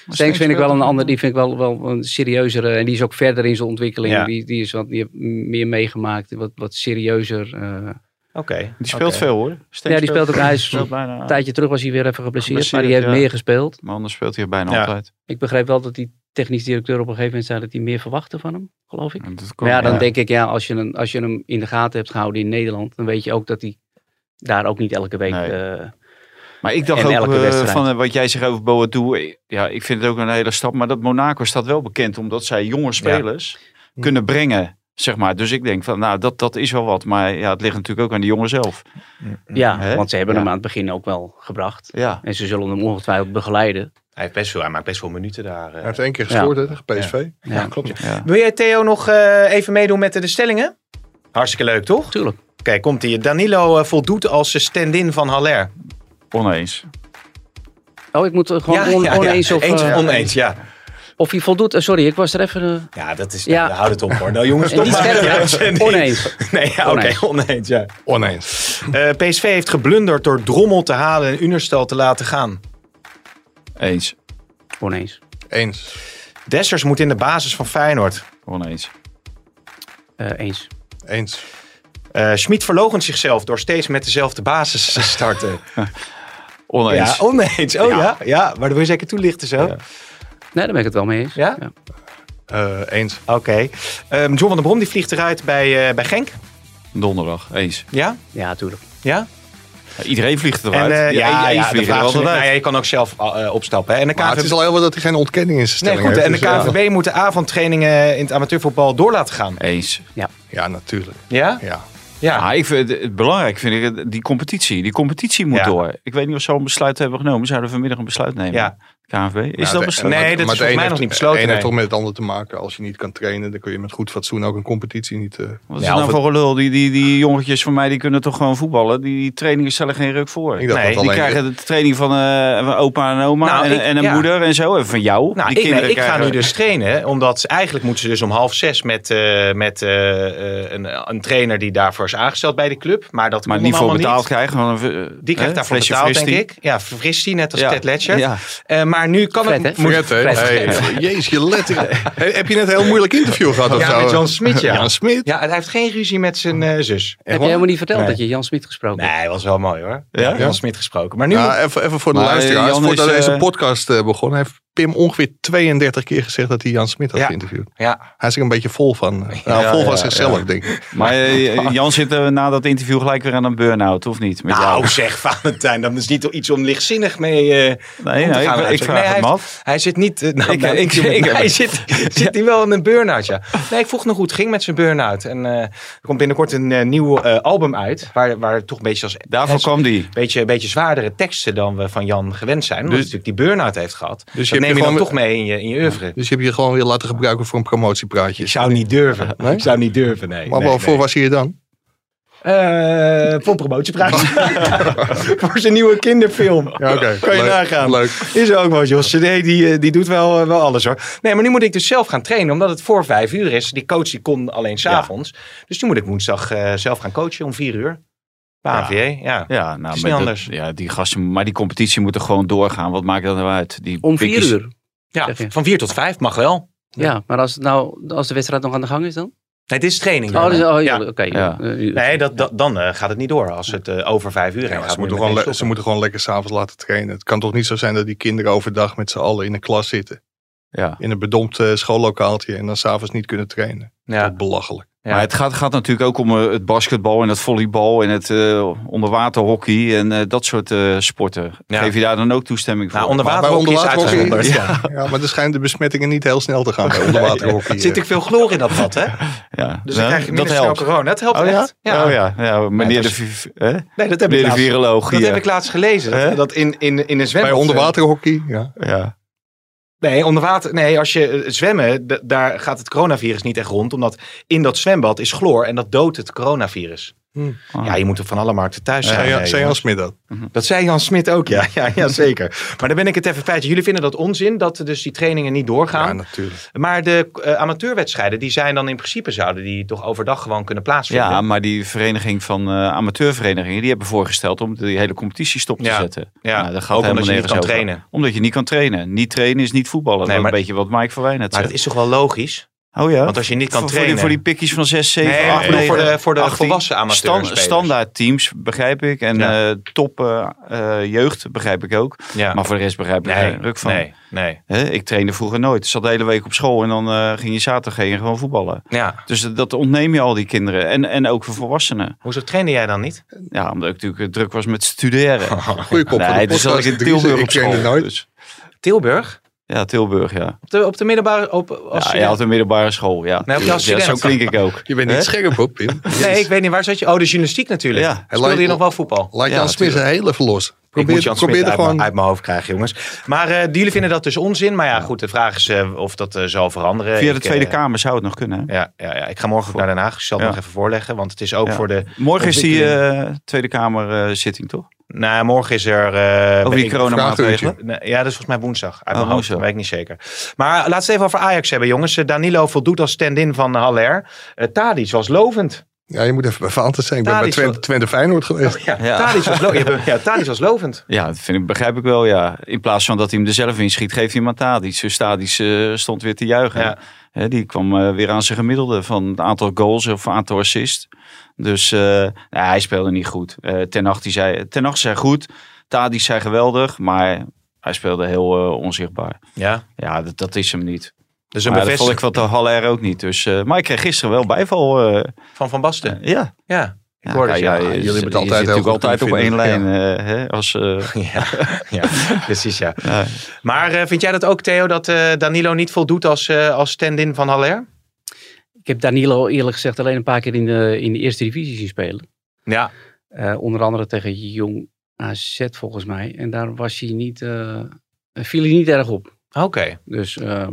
Speaker 6: Stenks vind ik wel een ander, die vind ik wel, wel een serieuzere. En die is ook verder in zijn ontwikkeling.
Speaker 3: Ja.
Speaker 6: Die, die, is wat, die heeft meer meegemaakt, wat, wat serieuzer. eh.
Speaker 3: Oké.
Speaker 4: Die speelt
Speaker 3: Oké.
Speaker 4: veel hoor. Stenks
Speaker 6: Ja, die speelt ook ijs.
Speaker 4: speelt bijna.
Speaker 6: Een tijdje terug was hij weer even geblesseerd, maar
Speaker 4: Geblesseerd,
Speaker 6: die heeft
Speaker 4: ja.
Speaker 6: meer gespeeld.
Speaker 4: Maar anders speelt hij bijna
Speaker 3: Ja.
Speaker 4: altijd.
Speaker 6: Ik begreep wel dat die technisch directeur op een gegeven moment zei dat hij meer verwachtte van hem, geloof ik.
Speaker 4: En dat
Speaker 6: Maar
Speaker 4: komt-
Speaker 6: ja, dan denk ik, ja, als je, hem, als je hem in de gaten hebt gehouden in Nederland, dan weet je ook dat hij daar ook niet elke week...
Speaker 4: Nee.
Speaker 6: eh,
Speaker 4: Maar ik dacht
Speaker 6: En
Speaker 4: ook
Speaker 6: elke
Speaker 4: eh,
Speaker 6: wedstrijd.
Speaker 4: van eh, wat jij zegt over Boadu. eh, Ja, ik vind het ook een hele stap. Maar dat Monaco staat wel bekend omdat zij jonge spelers kunnen brengen. Zeg maar. Dus ik denk van, nou, dat, dat is wel wat. Maar ja, het ligt natuurlijk ook aan de jongen zelf.
Speaker 6: Ja,
Speaker 4: Hè?
Speaker 6: want ze hebben
Speaker 4: Ja.
Speaker 6: hem aan het begin ook wel gebracht.
Speaker 4: Ja.
Speaker 6: En ze zullen hem ongetwijfeld begeleiden.
Speaker 3: Hij, heeft best veel, hij maakt best veel minuten daar. eh.
Speaker 5: Hij heeft één keer gescoord hè, tegen PSV.
Speaker 6: Ja.
Speaker 5: klopt.
Speaker 4: ja.
Speaker 3: Wil jij Theo nog eh, even meedoen met eh, de stellingen? Hartstikke leuk, toch?
Speaker 6: Tuurlijk.
Speaker 3: Kijk, komt ie. Danilo eh, voldoet als eh, stand-in van Haller.
Speaker 4: Oneens.
Speaker 6: Oh, ik moet eh, gewoon on- oneens of...
Speaker 3: Eens,
Speaker 6: eh,
Speaker 3: oneens, ja.
Speaker 6: Of hij voldoet... eh, sorry, ik was er even... eh,
Speaker 3: Ja, dat is...
Speaker 6: Ja.
Speaker 3: Nou, houd het op hoor. Nou jongens,
Speaker 6: En
Speaker 3: toch
Speaker 6: niet verder, hè? Oneens.
Speaker 3: Nee, ja, oké,
Speaker 6: Oneens.
Speaker 3: oneens, ja.
Speaker 5: Oneens.
Speaker 3: Eh, PSV heeft geblunderd door Drommel te halen en Unerstal te laten gaan.
Speaker 4: Eens.
Speaker 6: oneens.
Speaker 5: Eens.
Speaker 3: Dessers moet in de basis van Feyenoord.
Speaker 4: Oneens.
Speaker 6: Eh, eens.
Speaker 5: Eens.
Speaker 3: Eh Schmid verlogent zichzelf door steeds met dezelfde basis te starten.
Speaker 4: Oneens.
Speaker 3: Ja, oneens. Oh ja. Ja, maar dat wil je zeker toelichten zo.
Speaker 6: Nee, daar ben ik het wel mee eens.
Speaker 3: Ja?
Speaker 5: Eh, eens.
Speaker 3: Oké. Ehm, John van der Brom die vliegt eruit bij, eh, bij Genk.
Speaker 4: Donderdag. Eens.
Speaker 3: Ja?
Speaker 6: Ja, tuurlijk.
Speaker 3: Ja?
Speaker 4: Ja, iedereen vliegt eruit.
Speaker 3: En, eh, ja, ja,
Speaker 4: één
Speaker 3: ja, de
Speaker 4: vliegt er
Speaker 3: vraag is,
Speaker 4: altijd
Speaker 3: nou,
Speaker 4: uit.
Speaker 3: ja, je kan ook zelf eh, opstappen. hè. En de
Speaker 5: Maar het is
Speaker 3: KVB,
Speaker 5: al heel wat dat hij geen ontkenning in zijn
Speaker 3: nee,
Speaker 5: stelling
Speaker 3: goed, en de
Speaker 5: heeft. dus,
Speaker 3: KVB moet de avondtrainingen in het amateurvoetbal door laten gaan.
Speaker 4: Eens.
Speaker 5: ja. ja, natuurlijk.
Speaker 3: Ja?
Speaker 5: Ja.
Speaker 3: Ja.
Speaker 4: Ja, ik vind het, het belangrijk vind ik die competitie. Die competitie moet
Speaker 3: Ja.
Speaker 4: door. Ik weet niet of ze zo'n besluit hebben genomen. Zouden we vanmiddag een besluit nemen?
Speaker 3: Ja.
Speaker 4: KNVB. Is
Speaker 5: Nou,
Speaker 4: dat
Speaker 5: de-
Speaker 4: besluit?
Speaker 3: Nee, dat
Speaker 5: maar-
Speaker 3: is
Speaker 5: maar de
Speaker 3: volgens
Speaker 5: een
Speaker 3: mij
Speaker 5: heeft-
Speaker 3: nog niet besloten,
Speaker 5: De een heeft
Speaker 3: nee.
Speaker 5: toch met het ander te maken. Als je niet kan trainen, dan kun je met goed fatsoen ook een competitie niet... eh,
Speaker 4: Wat is
Speaker 3: Ja,
Speaker 4: het
Speaker 3: of
Speaker 4: nou voor een lul? Die, die, die jongetjes van mij die kunnen toch gewoon voetballen? Die, die trainingen stellen geen ruk voor.
Speaker 5: Ik dacht
Speaker 3: Nee,
Speaker 5: dat
Speaker 4: die
Speaker 5: alleen-
Speaker 4: krijgen de training van, eh, van opa en oma
Speaker 3: Nou,
Speaker 4: en,
Speaker 3: ik-
Speaker 4: en een
Speaker 3: ja.
Speaker 4: moeder en zo. En van
Speaker 3: Nou,
Speaker 4: jou. die
Speaker 3: ik, nee,
Speaker 4: kinderen
Speaker 3: ik ga
Speaker 4: krijgen-
Speaker 3: nu dus trainen, omdat ze- eigenlijk moeten ze dus om half zes met, eh, met eh, eh, een, een trainer die daarvoor is aangesteld bij de club. Maar dat
Speaker 4: Maar
Speaker 3: kon
Speaker 4: niet voor
Speaker 3: allemaal
Speaker 4: betaald krijgen. Gewoon een, eh,
Speaker 3: Die krijgt
Speaker 4: hè,
Speaker 3: daarvoor
Speaker 4: flesje
Speaker 3: betaald, denk
Speaker 4: fristie.
Speaker 3: ik. Ja, fris die, net als
Speaker 4: Ja.
Speaker 3: Ted Ledger.
Speaker 4: Ja.
Speaker 3: Eh, maar nu kan
Speaker 6: Fred,
Speaker 3: het...
Speaker 6: hè?
Speaker 3: moet-
Speaker 5: Fred, hè?
Speaker 6: Fred.
Speaker 5: Hey, jezus, je letteren. Hey, heb je net een heel moeilijk interview gehad of
Speaker 3: Ja,
Speaker 5: zo?
Speaker 3: met Jan Smit, ja.
Speaker 5: Jan Smit?
Speaker 3: Ja, hij heeft geen ruzie met zijn eh, zus.
Speaker 6: Heb je helemaal niet verteld
Speaker 3: Nee.
Speaker 6: dat je Jan Smit gesproken
Speaker 3: Nee,
Speaker 6: hebt?
Speaker 3: hij was wel mooi hoor.
Speaker 4: Ja?
Speaker 3: Jan Smit gesproken. Maar nu...
Speaker 5: Nou, even, even voor de
Speaker 4: Maar, eh,
Speaker 5: luisteraars.
Speaker 4: Jan
Speaker 5: Voordat
Speaker 4: is, eh,
Speaker 5: deze podcast eh, begon, heeft Pim ongeveer 32 keer gezegd dat hij Jan Smit had
Speaker 3: Ja.
Speaker 5: geïnterviewd.
Speaker 3: ja.
Speaker 5: Hij is er een beetje vol van. eh, nou,
Speaker 3: Ja,
Speaker 5: vol van
Speaker 3: ja,
Speaker 5: zichzelf, denk ik.
Speaker 4: Maar
Speaker 3: Oh.
Speaker 4: eh, Jan zit eh, na dat interview gelijk weer aan een burn-out, of niet? Met jou?
Speaker 3: Nou zeg, Valentijn, dat is niet iets om lichtzinnig mee eh,
Speaker 4: Nee,
Speaker 3: om te
Speaker 4: nee,
Speaker 3: gaan
Speaker 4: ik- ik
Speaker 3: uitzoeken.
Speaker 4: vraag
Speaker 3: Nee,
Speaker 4: het
Speaker 3: hij heeft-
Speaker 4: me af.
Speaker 3: Hij zit niet. eh, nou,
Speaker 4: Ik-
Speaker 3: nou,
Speaker 4: ik-
Speaker 3: niet met
Speaker 4: ik-
Speaker 3: mij. hij zit, zit hij wel in een burn-out, ja. Nee, ik vroeg nog hoe het ging met zijn burn-out. En eh, er komt binnenkort een eh, nieuw eh, album uit. Waar, waar toch een beetje als.
Speaker 4: Daarvoor
Speaker 3: als-
Speaker 4: kwam die.
Speaker 3: Beetje, beetje zwaardere teksten dan we van Jan gewend zijn. Omdat
Speaker 5: Dus-
Speaker 3: hij natuurlijk die burn-out heeft gehad. Dus
Speaker 5: je
Speaker 3: je
Speaker 5: hebt
Speaker 3: neem
Speaker 5: je
Speaker 3: je dan
Speaker 5: gewoon-
Speaker 3: toch mee in je, in je oeuvre.
Speaker 5: Dus je hebt je gewoon weer laten gebruiken voor een promotiepraatje.
Speaker 3: Ik zou niet durven. Ik zou niet durven, nee.
Speaker 5: maar
Speaker 3: nee,
Speaker 5: waarvoor
Speaker 3: nee.
Speaker 5: was hij er dan?
Speaker 3: Eh, voor een promotieprijs. voor zijn nieuwe kinderfilm.
Speaker 5: Ja, oké.
Speaker 3: Kan je
Speaker 5: Leuk,
Speaker 3: nagaan.
Speaker 5: Leuk.
Speaker 3: Is ook wel, Jos. CD, die, eh, die doet wel, eh, wel alles hoor. Nee, maar nu moet ik dus zelf gaan trainen, omdat het voor vijf uur is. Die coach die kon alleen s'avonds. Dus nu moet ik woensdag eh, zelf gaan coachen om vier uur. Bij
Speaker 4: Ja.
Speaker 3: AVJ, ja.
Speaker 4: Ja, nou,
Speaker 3: Is niet
Speaker 4: maar dat-
Speaker 3: anders.
Speaker 4: ja, die gasten, maar die competitie moet er gewoon doorgaan. Wat maakt dat nou uit? Die
Speaker 6: Om vier
Speaker 4: pikkies-
Speaker 6: uur?
Speaker 3: Ja,
Speaker 6: Zeg je.
Speaker 3: van vier tot vijf mag wel.
Speaker 6: Ja, maar als, het nou, als de wedstrijd nog aan de gang is dan?
Speaker 3: Nee, het is training.
Speaker 6: Oh, dus, oh ja,
Speaker 3: Ja.
Speaker 6: oké.
Speaker 4: Ja.
Speaker 6: Eh,
Speaker 3: Nee, dat, dat, dan eh, gaat het niet door als het eh, over vijf uur heen
Speaker 5: Ja,
Speaker 3: gaat. moet
Speaker 5: ze, moeten
Speaker 3: je
Speaker 5: gewoon le-
Speaker 3: meteen
Speaker 5: ze
Speaker 3: stoppen.
Speaker 5: moeten gewoon lekker s'avonds laten trainen. Het kan toch niet zo zijn dat die kinderen overdag met z'n allen in een klas zitten.
Speaker 4: Ja.
Speaker 5: In een bedompt eh, schoollokaaltje en dan s'avonds niet kunnen trainen.
Speaker 3: Ja.
Speaker 5: Dat is belachelijk.
Speaker 3: Ja.
Speaker 4: Maar het gaat, gaat natuurlijk ook om eh, het basketbal en het volleybal en het eh, onderwaterhockey en eh, dat soort eh, sporten.
Speaker 3: Ja.
Speaker 4: Geef je daar dan ook toestemming voor?
Speaker 3: Nou,
Speaker 5: Maar bij
Speaker 3: onderwaterhockey is
Speaker 5: onderwaterhockey-
Speaker 3: uitgezonderd. Ja.
Speaker 5: Ja. ja, maar er schijnen de besmettingen niet heel snel te gaan bij onderwaterhockey. eh.
Speaker 3: Zit ik veel chloor in dat vat, hè?
Speaker 4: ja.
Speaker 3: Dus dan krijg je
Speaker 4: dat
Speaker 3: minder snel
Speaker 4: helpt.
Speaker 3: corona. Dat helpt
Speaker 4: Oh ja?
Speaker 3: echt. Ja.
Speaker 4: Oh ja, ja meneer
Speaker 3: dat
Speaker 4: de,
Speaker 3: is-
Speaker 4: vi- hè?
Speaker 3: Nee, dat heb ik
Speaker 4: meneer de
Speaker 3: laatst,
Speaker 4: viroloog.
Speaker 3: dat
Speaker 4: hier.
Speaker 3: heb ik laatst gelezen.
Speaker 4: Hè?
Speaker 3: Dat, dat in, in, in een zwembad. eh,
Speaker 5: Bij onderwaterhockey, ja.
Speaker 4: ja.
Speaker 3: Nee, onder water. Nee, als je eh, zwemmen, d- daar gaat het coronavirus niet echt rond. Omdat in dat zwembad is chloor en dat doodt het coronavirus.
Speaker 4: Ah.
Speaker 3: Ja, je moet er van alle markten thuis zijn.
Speaker 5: Zijn Jan-
Speaker 3: Nee,
Speaker 5: zijn Jan
Speaker 3: jongens.
Speaker 5: Smit dat?
Speaker 3: dat zei Jan Smit ook, ja. ja, ja zeker. Maar dan ben ik het even kwijt. Jullie vinden dat onzin dat er dus die trainingen niet
Speaker 5: Ja,
Speaker 3: doorgaan.
Speaker 5: natuurlijk.
Speaker 3: maar de eh, amateurwedstrijden, die zijn dan in principe, zouden die toch overdag gewoon kunnen plaatsvinden.
Speaker 4: ja, maar die vereniging van eh, amateurverenigingen, die hebben voorgesteld om die hele competitie stop te
Speaker 3: Ja.
Speaker 4: zetten.
Speaker 3: Ja.
Speaker 4: Nou, dat gaat
Speaker 3: Ook
Speaker 4: helemaal
Speaker 3: omdat je niet
Speaker 4: nergens
Speaker 3: kan
Speaker 4: over.
Speaker 3: trainen.
Speaker 4: Omdat je niet kan trainen. Niet trainen is niet voetballen.
Speaker 3: Nee,
Speaker 4: dat
Speaker 3: maar-
Speaker 4: is een beetje wat Mike van Wijnert
Speaker 3: Maar dat
Speaker 4: zegt.
Speaker 3: is toch wel logisch?
Speaker 4: oh ja?
Speaker 3: Want als je niet kan
Speaker 4: voor,
Speaker 3: trainen...
Speaker 4: Voor die, voor die pikjes van 6, 7,
Speaker 3: Nee,
Speaker 4: 8,
Speaker 3: ik bedoel
Speaker 4: 9,
Speaker 3: voor de, voor de volwassen amateurs.
Speaker 4: standaard teams begrijp ik. En
Speaker 3: Ja.
Speaker 4: eh, top eh, eh, jeugd begrijp ik ook.
Speaker 3: Ja.
Speaker 4: Maar voor de rest begrijp ik
Speaker 3: nee,
Speaker 4: er ruk van.
Speaker 3: nee, nee.
Speaker 4: Hè, ik trainde vroeger nooit. Ik zat de hele week op school en dan eh, ging je zaterdag heen en gewoon voetballen.
Speaker 3: Ja.
Speaker 4: Dus dat ontneem je al die kinderen. En, en ook voor volwassenen.
Speaker 3: Hoezo trainde jij dan niet?
Speaker 4: Ja, omdat ik natuurlijk eh, druk was met studeren.
Speaker 5: Goeie kop van
Speaker 4: nee,
Speaker 5: de
Speaker 4: dus zat ik
Speaker 5: podcast.
Speaker 4: in
Speaker 5: Driezen,
Speaker 4: Tilburg
Speaker 5: ik
Speaker 4: op
Speaker 5: ken
Speaker 4: school.
Speaker 5: het nooit.
Speaker 4: Dus,
Speaker 3: Tilburg?
Speaker 4: Ja, Tilburg, ja.
Speaker 3: Op de, op de middelbare... Op, als
Speaker 4: ja,
Speaker 3: je
Speaker 4: je had een middelbare school, ja.
Speaker 3: Nee, ook als
Speaker 4: Ja, zo
Speaker 3: student.
Speaker 4: klink ik ook.
Speaker 5: Je bent niet
Speaker 4: Hè?
Speaker 5: scherp op, Pim.
Speaker 3: Nee, ik weet niet. Waar zat je? Oh, de journalistiek natuurlijk.
Speaker 4: Ja.
Speaker 3: Speelde je nog wel voetbal?
Speaker 5: Laat
Speaker 4: Ja,
Speaker 5: Jan Smit zijn hele verlos.
Speaker 3: ik moet
Speaker 5: Probeer,
Speaker 3: Jan
Speaker 5: probeer
Speaker 3: Smit
Speaker 5: er
Speaker 3: uit,
Speaker 5: gewoon...
Speaker 3: mijn- uit mijn hoofd krijgen, jongens. Maar eh, die jullie vinden dat dus onzin. Maar ja, goed, de vraag is eh, of dat eh, zal veranderen.
Speaker 4: Via
Speaker 3: Ik,
Speaker 4: de
Speaker 3: eh,
Speaker 4: Tweede Kamer zou het nog kunnen. hè?
Speaker 3: Ja, ja, ja, ik ga morgen ook naar Den Haag. Ik zal het
Speaker 4: Ja.
Speaker 3: nog even voorleggen. Want het is ook
Speaker 4: Ja.
Speaker 3: voor de...
Speaker 4: Morgen is die
Speaker 3: ontwikkeling.
Speaker 4: eh, Tweede Kamer eh, zitting, toch?
Speaker 3: Nou, morgen is er... eh,
Speaker 4: Over
Speaker 3: ben
Speaker 4: die
Speaker 3: ik-
Speaker 4: coronamaatregelen.
Speaker 3: Nee, Ja, dat is volgens mij woensdag. Uit
Speaker 4: Oh,
Speaker 3: mijn hoofd,
Speaker 4: woensdag.
Speaker 3: weet ik niet zeker. Maar laten we het even over Ajax hebben, jongens. Eh, Danilo voldoet als stand-in van Haller. Eh Tadic was lovend.
Speaker 5: Ja, je moet even bij Fantas zijn. Ik ben bij
Speaker 3: Tadic
Speaker 5: Twente,
Speaker 3: wel-
Speaker 5: Twente Feyenoord geweest.
Speaker 3: Ja,
Speaker 4: Ja.
Speaker 3: Tadic was, lo- ja, ja, Tadic was lovend.
Speaker 4: Ja, dat vind ik, begrijp ik wel, ja. In plaats van dat hij hem er zelf in schiet, geeft hij hem aan Tadic. Dus Tadic eh, stond weer te juichen.
Speaker 3: Ja.
Speaker 4: Hè, die kwam eh, weer aan zijn gemiddelde van het aantal goals of aantal assists. Dus eh, nou, hij speelde niet goed. Eh ten, Hag, die zei, ten Hag zei goed, Tadic zei geweldig, maar hij speelde heel eh, onzichtbaar.
Speaker 3: Ja,
Speaker 4: Ja, dat, dat is hem niet.
Speaker 3: dus een
Speaker 4: Maar dat vond
Speaker 3: bevestiging
Speaker 4: ik van de Haller ook niet. Dus, eh, maar ik kreeg gisteren wel bijval. eh,
Speaker 3: van Van Basten.
Speaker 4: ja.
Speaker 3: Ja, ik
Speaker 4: Ja,
Speaker 3: hoorde
Speaker 4: kijk,
Speaker 3: het,
Speaker 4: ja,
Speaker 3: ja.
Speaker 4: je-
Speaker 5: jullie hebben het
Speaker 4: je zit
Speaker 5: altijd heel
Speaker 4: natuurlijk altijd
Speaker 5: goed
Speaker 4: op één
Speaker 5: kunnen
Speaker 4: lijn.
Speaker 5: vinden.
Speaker 4: eh, hè, als, eh,
Speaker 3: Ja, ja, precies ja.
Speaker 4: Ja.
Speaker 3: Maar eh, vind jij dat ook Theo, dat eh, Danilo niet voldoet als, eh, als stand-in van Haller?
Speaker 6: Ik heb Danilo eerlijk gezegd alleen een paar keer in de, in de eerste divisie zien spelen.
Speaker 3: Ja.
Speaker 6: Eh, onder andere tegen Jong AZ volgens mij. En daar was hij niet, eh, viel hij niet erg op.
Speaker 3: Oké,
Speaker 6: Dus eh,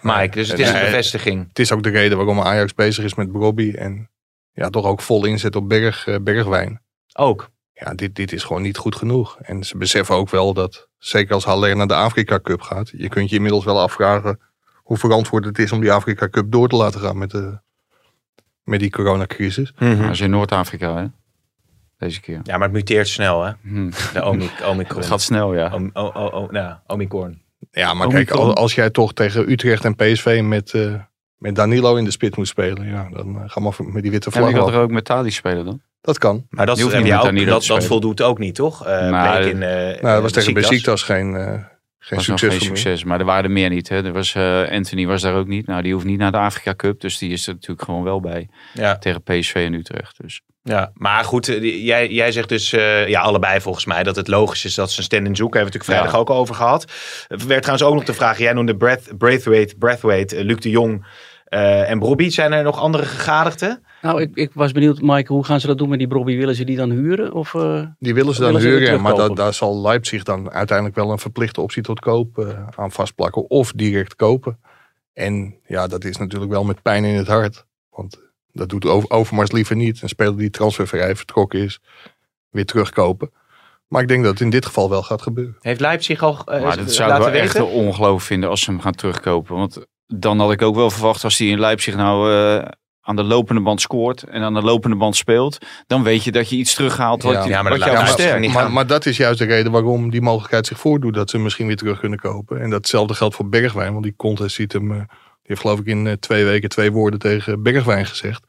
Speaker 3: Mike, dus het is een
Speaker 5: Nee.
Speaker 3: bevestiging.
Speaker 5: Het is ook de reden waarom Ajax bezig is met Robbie. En ja, toch ook vol inzet op berg, eh, Bergwijn.
Speaker 3: Ook.
Speaker 5: Ja, dit, dit is gewoon niet goed genoeg. En ze beseffen ook wel dat, zeker als Haller naar de Afrika Cup gaat... je kunt je inmiddels wel afvragen hoe verantwoord het is... om die Afrika Cup door te laten gaan met, de, met die coronacrisis.
Speaker 4: Dat is in Noord-Afrika, hè? Deze keer.
Speaker 3: Ja, maar het muteert snel hè,
Speaker 4: Hm.
Speaker 3: de omic omicron.
Speaker 4: Het gaat snel, ja.
Speaker 3: Om- o- o- o- nou, Omicron.
Speaker 5: Ja, maar
Speaker 4: Omicron.
Speaker 5: kijk, al- als jij toch tegen Utrecht en PSV met, eh, met Danilo in de spit moet spelen... Ja, dan eh, ga maar met die witte
Speaker 4: En
Speaker 5: vlag
Speaker 4: ik had
Speaker 5: lopen.
Speaker 4: er ook met Tadic spelen dan.
Speaker 5: Dat kan.
Speaker 3: Maar dat,
Speaker 4: Je hoeft
Speaker 3: heb
Speaker 4: niet
Speaker 3: jij
Speaker 4: met
Speaker 3: ook-
Speaker 4: Danilo
Speaker 3: dat,
Speaker 4: te
Speaker 3: dat
Speaker 4: spelen.
Speaker 3: voldoet ook niet, toch? Eh,
Speaker 4: Nou,
Speaker 3: bleek in, eh,
Speaker 5: Nou, dat was
Speaker 3: eh, Besiktas.
Speaker 5: tegen Besiktas geen, eh, geen
Speaker 4: was nog
Speaker 5: succes
Speaker 4: geen
Speaker 5: voor meer.
Speaker 4: succes, maar er waren er meer niet. Hè. Er was, eh, Anthony was daar ook niet. Nou, die hoeft niet naar de Afrika Cup, dus die is er natuurlijk gewoon wel bij.
Speaker 3: Ja,
Speaker 4: Tegen PSV en Utrecht. Dus.
Speaker 3: ja, maar goed, eh, die- jij, jij zegt dus eh, ja, allebei volgens mij dat het logisch is dat ze een stand-in zoeken. Hebben we het natuurlijk vrijdag ook over gehad. Er werd trouwens ook nog de vraag, jij noemde Breath, Braithwaite, Braithwaite, eh, Luc de Jong eh, en Brobbey. Zijn er nog andere gegadigden?
Speaker 6: nou, ik, ik was benieuwd, Mike, hoe gaan ze dat doen met die Bobby? Willen ze die dan huren? Of, eh,
Speaker 5: Die willen ze dan
Speaker 6: Willen ze weer
Speaker 5: huren, maar
Speaker 6: terugkopen?
Speaker 5: dat, daar zal Leipzig dan uiteindelijk wel een verplichte optie tot koop eh, aan vastplakken. Of direct kopen. En ja, dat is natuurlijk wel met pijn in het hart. Want eh, dat doet Over- Overmars liever niet. Een speler die transfervrij vertrokken is, weer terugkopen. Maar ik denk dat het in dit geval wel gaat gebeuren.
Speaker 3: Heeft Leipzig al eh,
Speaker 4: Maar dat zou ik wel
Speaker 3: laten
Speaker 4: echt
Speaker 3: weten?
Speaker 4: een ongeloof vinden als ze hem gaan terugkopen. Want dan had ik ook wel verwacht als hij in Leipzig nou... eh, aan de lopende band scoort en aan de lopende band speelt, dan weet je dat je iets terughaalt wat,
Speaker 5: Ja.
Speaker 4: je-
Speaker 3: Ja, maar
Speaker 4: wat
Speaker 3: dat
Speaker 4: jou
Speaker 3: laat-
Speaker 4: versterkt.
Speaker 3: niet
Speaker 5: maar,
Speaker 3: gaan.
Speaker 5: maar dat is juist de reden waarom die mogelijkheid zich voordoet. Dat ze hem misschien weer terug kunnen kopen. En datzelfde geldt voor Bergwijn. Want die contest ziet hem... eh, die heeft geloof ik in eh, twee weken twee woorden tegen Bergwijn gezegd.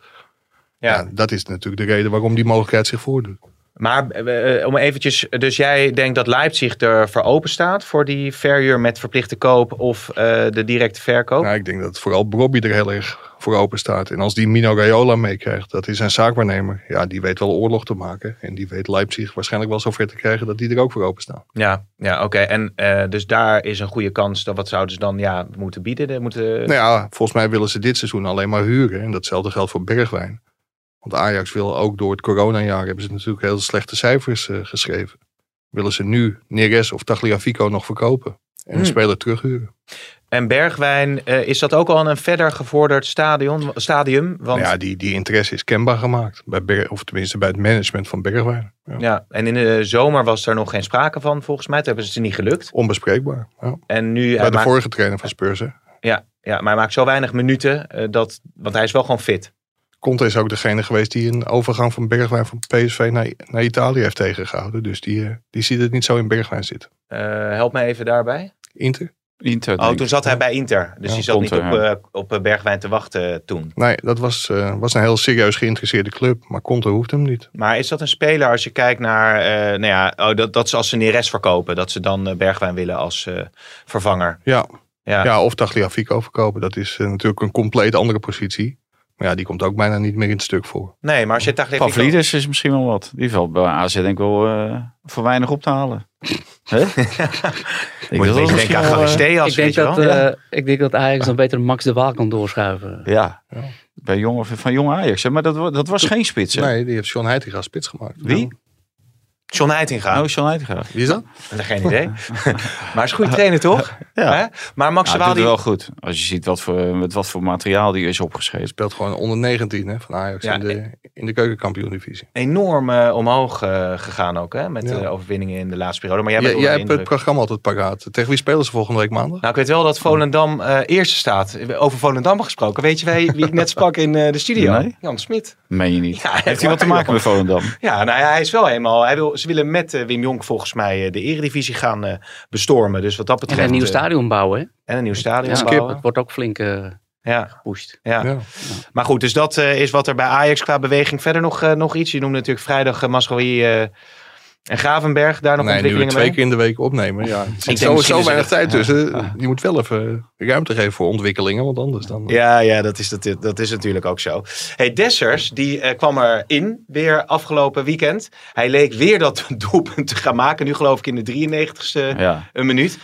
Speaker 5: Ja.
Speaker 3: Ja.
Speaker 5: dat is natuurlijk de reden waarom die mogelijkheid zich voordoet.
Speaker 3: Maar eh, eh, om eventjes, dus jij denkt dat Leipzig er voor open staat voor die verhuur met verplichte koop of eh, de directe verkoop?
Speaker 5: Nou, ik denk dat vooral Bobby er heel erg voor open staat. En als die Mino Raiola meekrijgt, dat is zijn zaakwaarnemer. Ja, die weet wel oorlog te maken. En die weet Leipzig waarschijnlijk wel zover te krijgen dat die er ook voor open staan.
Speaker 3: Ja, ja oké. En eh, dus daar is een goede kans. Dat, wat zouden ze dan ja, moeten bieden? De- Moeten...
Speaker 5: Nou ja, volgens mij willen ze dit seizoen alleen maar huren. En datzelfde geldt voor Bergwijn. Want Ajax wil ook door het coronajaar, hebben ze natuurlijk heel slechte cijfers eh, geschreven. Willen ze nu Neres of Tagliafico nog verkopen. En een
Speaker 3: Hmm.
Speaker 5: speler terughuren.
Speaker 3: En Bergwijn, eh, is dat ook al in een verder gevorderd stadion, stadium? Want,
Speaker 5: Nou
Speaker 3: ja.
Speaker 5: ja, die, die interesse is kenbaar gemaakt. Bij Ber- of tenminste bij het management van Bergwijn. Ja.
Speaker 3: en in de zomer was daar nog geen sprake van volgens mij. Toen hebben ze het niet gelukt.
Speaker 5: Onbespreekbaar. Ja.
Speaker 3: En nu, hij
Speaker 5: Bij de
Speaker 3: maakt-
Speaker 5: vorige trainer van Spurs. hè.
Speaker 3: ja, ja, maar hij maakt zo weinig minuten. eh, dat, want hij is wel gewoon fit.
Speaker 5: Conte is ook degene geweest die een overgang van Bergwijn van PSV naar, naar Italië heeft tegengehouden. Dus die, eh, die ziet het niet zo in Bergwijn zitten.
Speaker 3: Eh, help me even daarbij.
Speaker 5: Inter?
Speaker 4: Inter,
Speaker 3: Oh,
Speaker 4: denk
Speaker 3: toen zat hij bij Inter. Dus
Speaker 5: Ja,
Speaker 3: die zat
Speaker 4: Conte,
Speaker 3: niet op, eh, op eh, Bergwijn te wachten toen.
Speaker 5: Nee, dat was, eh, was een heel serieus geïnteresseerde club. Maar Conte hoeft hem niet.
Speaker 3: Maar is dat een speler als je kijkt naar... eh, nou ja, oh, dat, dat ze als ze Neres verkopen. Dat ze dan eh, Bergwijn willen als eh, vervanger.
Speaker 5: Ja,
Speaker 3: Ja.
Speaker 5: ja of Tagliafico verkopen. Dat is eh, natuurlijk een compleet andere positie. Maar ja, die komt ook bijna niet meer in het stuk voor.
Speaker 3: Nee, maar als je Tagliafico...
Speaker 4: Pavlidis is misschien wel wat. Die valt bij AZ denk ik wel eh, voor weinig op te halen. Hè? Ik
Speaker 3: Moet je
Speaker 4: wil
Speaker 3: een beetje
Speaker 4: misschien
Speaker 3: denken aan
Speaker 4: wel, eh,
Speaker 3: Garisteas,
Speaker 6: ik, denk
Speaker 3: weet je
Speaker 6: dat,
Speaker 3: wel. Ja.
Speaker 6: eh, ik denk dat Ajax dan beter Max de Waal kan doorschuiven.
Speaker 4: Ja, bij jong, van jong Ajax. hè. Maar dat, wa- dat was geen spits, hè?
Speaker 5: Nee, die heeft John Heitinga spits gemaakt.
Speaker 4: Wie?
Speaker 3: John Heitinga.
Speaker 4: Oh, Sean Heitinga.
Speaker 5: Wie is dat?
Speaker 3: Geen idee. maar is een goede trainer, toch?
Speaker 4: Ah. Ja.
Speaker 3: Hè? Maar Max
Speaker 4: Nou,
Speaker 3: de Waal,
Speaker 4: hij
Speaker 3: die...
Speaker 4: doet het wel goed. Als je ziet wat voor, met wat voor materiaal die is opgeschreven.
Speaker 5: Speelt gewoon onder 19 hè, van Ajax
Speaker 3: Ja,
Speaker 5: in, de, in de keukenkampioen-divisie.
Speaker 3: enorm eh, omhoog eh, gegaan ook, hè? Met
Speaker 5: Ja.
Speaker 3: eh, overwinningen in de laatste periode. Maar jij bent
Speaker 5: Jij,
Speaker 3: onder
Speaker 5: jij
Speaker 3: de
Speaker 5: hebt het
Speaker 3: indruk.
Speaker 5: programma altijd paraat. Tegen wie spelen ze volgende week maandag?
Speaker 3: Nou, ik weet wel dat Volendam eh, eerste staat. Over Volendam gesproken. Weet je wij, wie ik net sprak in eh, de studio?
Speaker 4: Nee.
Speaker 3: Jan Smit.
Speaker 4: Meen je niet?
Speaker 3: Ja,
Speaker 4: Heeft hij wat te
Speaker 3: waar, joh.
Speaker 4: maken met Volendam?
Speaker 3: Ja, nou ja, hij is wel helemaal... Hij wil, ze willen met eh, Wim Jonk volgens mij eh, de eredivisie gaan eh, bestormen. Dus wat dat
Speaker 6: En
Speaker 3: betreft...
Speaker 6: een nieuw
Speaker 3: eh,
Speaker 6: stadion bouwen. hè?
Speaker 3: En een nieuw stadion
Speaker 6: Ja,
Speaker 3: bouwen.
Speaker 6: Het wordt ook flink eh,
Speaker 3: Ja,
Speaker 6: gepusht.
Speaker 3: ja.
Speaker 5: Ja.
Speaker 3: Maar goed, dus dat eh, is wat er bij Ajax qua beweging verder nog, eh, nog iets. Je noemde natuurlijk vrijdag uh, en Gravenberg. Daar nog
Speaker 5: nee, nu we
Speaker 3: ontwikkelingen
Speaker 5: twee
Speaker 3: mee.
Speaker 5: keer in de week opnemen. Ja, er
Speaker 3: denk
Speaker 5: zit zo,
Speaker 3: misschien
Speaker 5: zo
Speaker 3: is
Speaker 5: weinig
Speaker 3: het-
Speaker 5: tijd tussen. Je moet wel even eh, ruimte geven voor ontwikkelingen, want anders dan...
Speaker 3: Ja, ja dat, is, dat, dat is natuurlijk ook zo. Hey, Dessers, die eh, kwam erin weer afgelopen weekend. Hij leek weer dat doelpunt te gaan maken. Nu geloof ik in de 93ste
Speaker 4: Ja.
Speaker 3: een minuut.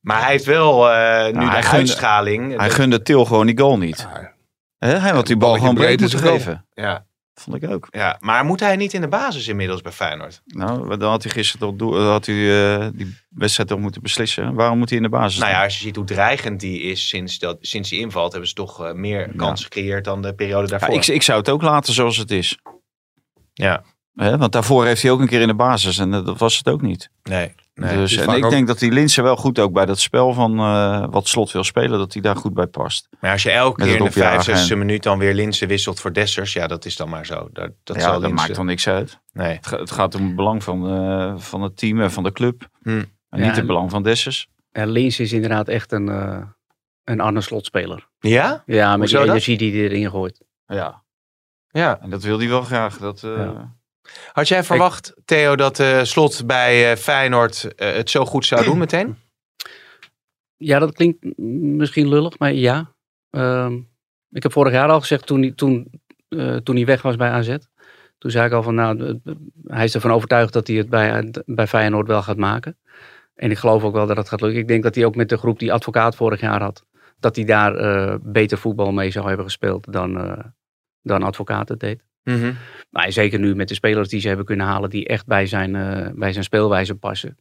Speaker 3: Maar hij heeft wel eh,
Speaker 5: Nou,
Speaker 3: nu
Speaker 4: hij
Speaker 3: de
Speaker 4: gunde-
Speaker 3: uitstraling.
Speaker 4: Hij
Speaker 3: Dat-
Speaker 4: gunde Til gewoon die goal niet.
Speaker 5: Ja.
Speaker 4: Hè, Hij had die bal
Speaker 5: balletje
Speaker 4: gewoon breed
Speaker 5: breed is
Speaker 4: moeten
Speaker 5: een goal.
Speaker 4: geven.
Speaker 3: ja,
Speaker 4: Vond ik ook.
Speaker 3: ja, maar moet hij niet in de basis inmiddels bij Feyenoord?
Speaker 4: Nou, dan had hij gisteren toch doel- had hij, eh, die wedstrijd toch moeten beslissen. Waarom moet hij in de basis?
Speaker 3: Nou ja, als je ziet hoe dreigend die is sinds, dat, sinds die invalt... hebben ze toch eh, meer kans gecreëerd dan de periode
Speaker 4: Ja,
Speaker 3: daarvoor.
Speaker 4: ik, ik zou het ook laten zoals het is.
Speaker 3: Ja.
Speaker 4: Hè, want daarvoor heeft hij ook een keer in de basis en eh, dat was het ook niet.
Speaker 3: nee,
Speaker 4: dus,
Speaker 5: het is
Speaker 4: en
Speaker 5: vaak
Speaker 4: ik
Speaker 5: ook-
Speaker 4: denk dat die Linsen wel goed ook bij dat spel van eh, wat Slot wil spelen, dat hij daar goed bij past.
Speaker 3: Maar als je elke
Speaker 4: Met
Speaker 3: keer in de
Speaker 4: het opjagen
Speaker 3: 65e
Speaker 4: en-
Speaker 3: minuut dan weer Linsen wisselt voor Dessers... ja, dat is dan maar zo. Dat, dat
Speaker 4: ja,
Speaker 3: zal
Speaker 4: dat
Speaker 3: Linssen-
Speaker 4: maakt dan niks uit.
Speaker 3: Nee.
Speaker 4: Het, ga- het gaat om het belang van, eh, van het team en van de club.
Speaker 3: Hm.
Speaker 4: En
Speaker 6: Ja,
Speaker 4: niet het
Speaker 6: en-
Speaker 4: belang van Dessers.
Speaker 6: En Lins is inderdaad echt een, eh een Arne Slot speler.
Speaker 3: Ja?
Speaker 6: Ja, met
Speaker 3: Hoezo
Speaker 6: die
Speaker 3: dat?
Speaker 6: energie die hij erin gooit.
Speaker 4: Ja.
Speaker 3: Ja.
Speaker 4: En dat wil hij wel graag. Dat, eh,
Speaker 6: Ja.
Speaker 3: Had jij verwacht, Theo, dat eh, Slot bij eh, Feyenoord eh, het zo goed zou doen meteen?
Speaker 6: Ja, dat klinkt mm, misschien lullig, maar ja. Ehm, ik heb vorig jaar al gezegd, toen hij, toen, eh, toen hij weg was bij AZ. Toen zei ik al van, nou, eh, eh, hij is ervan overtuigd dat hij het bij, eh, bij Feyenoord wel gaat maken. En ik geloof ook wel dat dat gaat lukken. Ik denk dat hij ook met de groep die advocaat vorig jaar had, dat hij daar eh, beter voetbal mee zou hebben gespeeld dan, eh, dan advocaat het deed.
Speaker 5: Mhm.
Speaker 6: Maar zeker nu met de spelers die ze hebben kunnen halen, die echt bij zijn, eh, bij zijn speelwijze passen.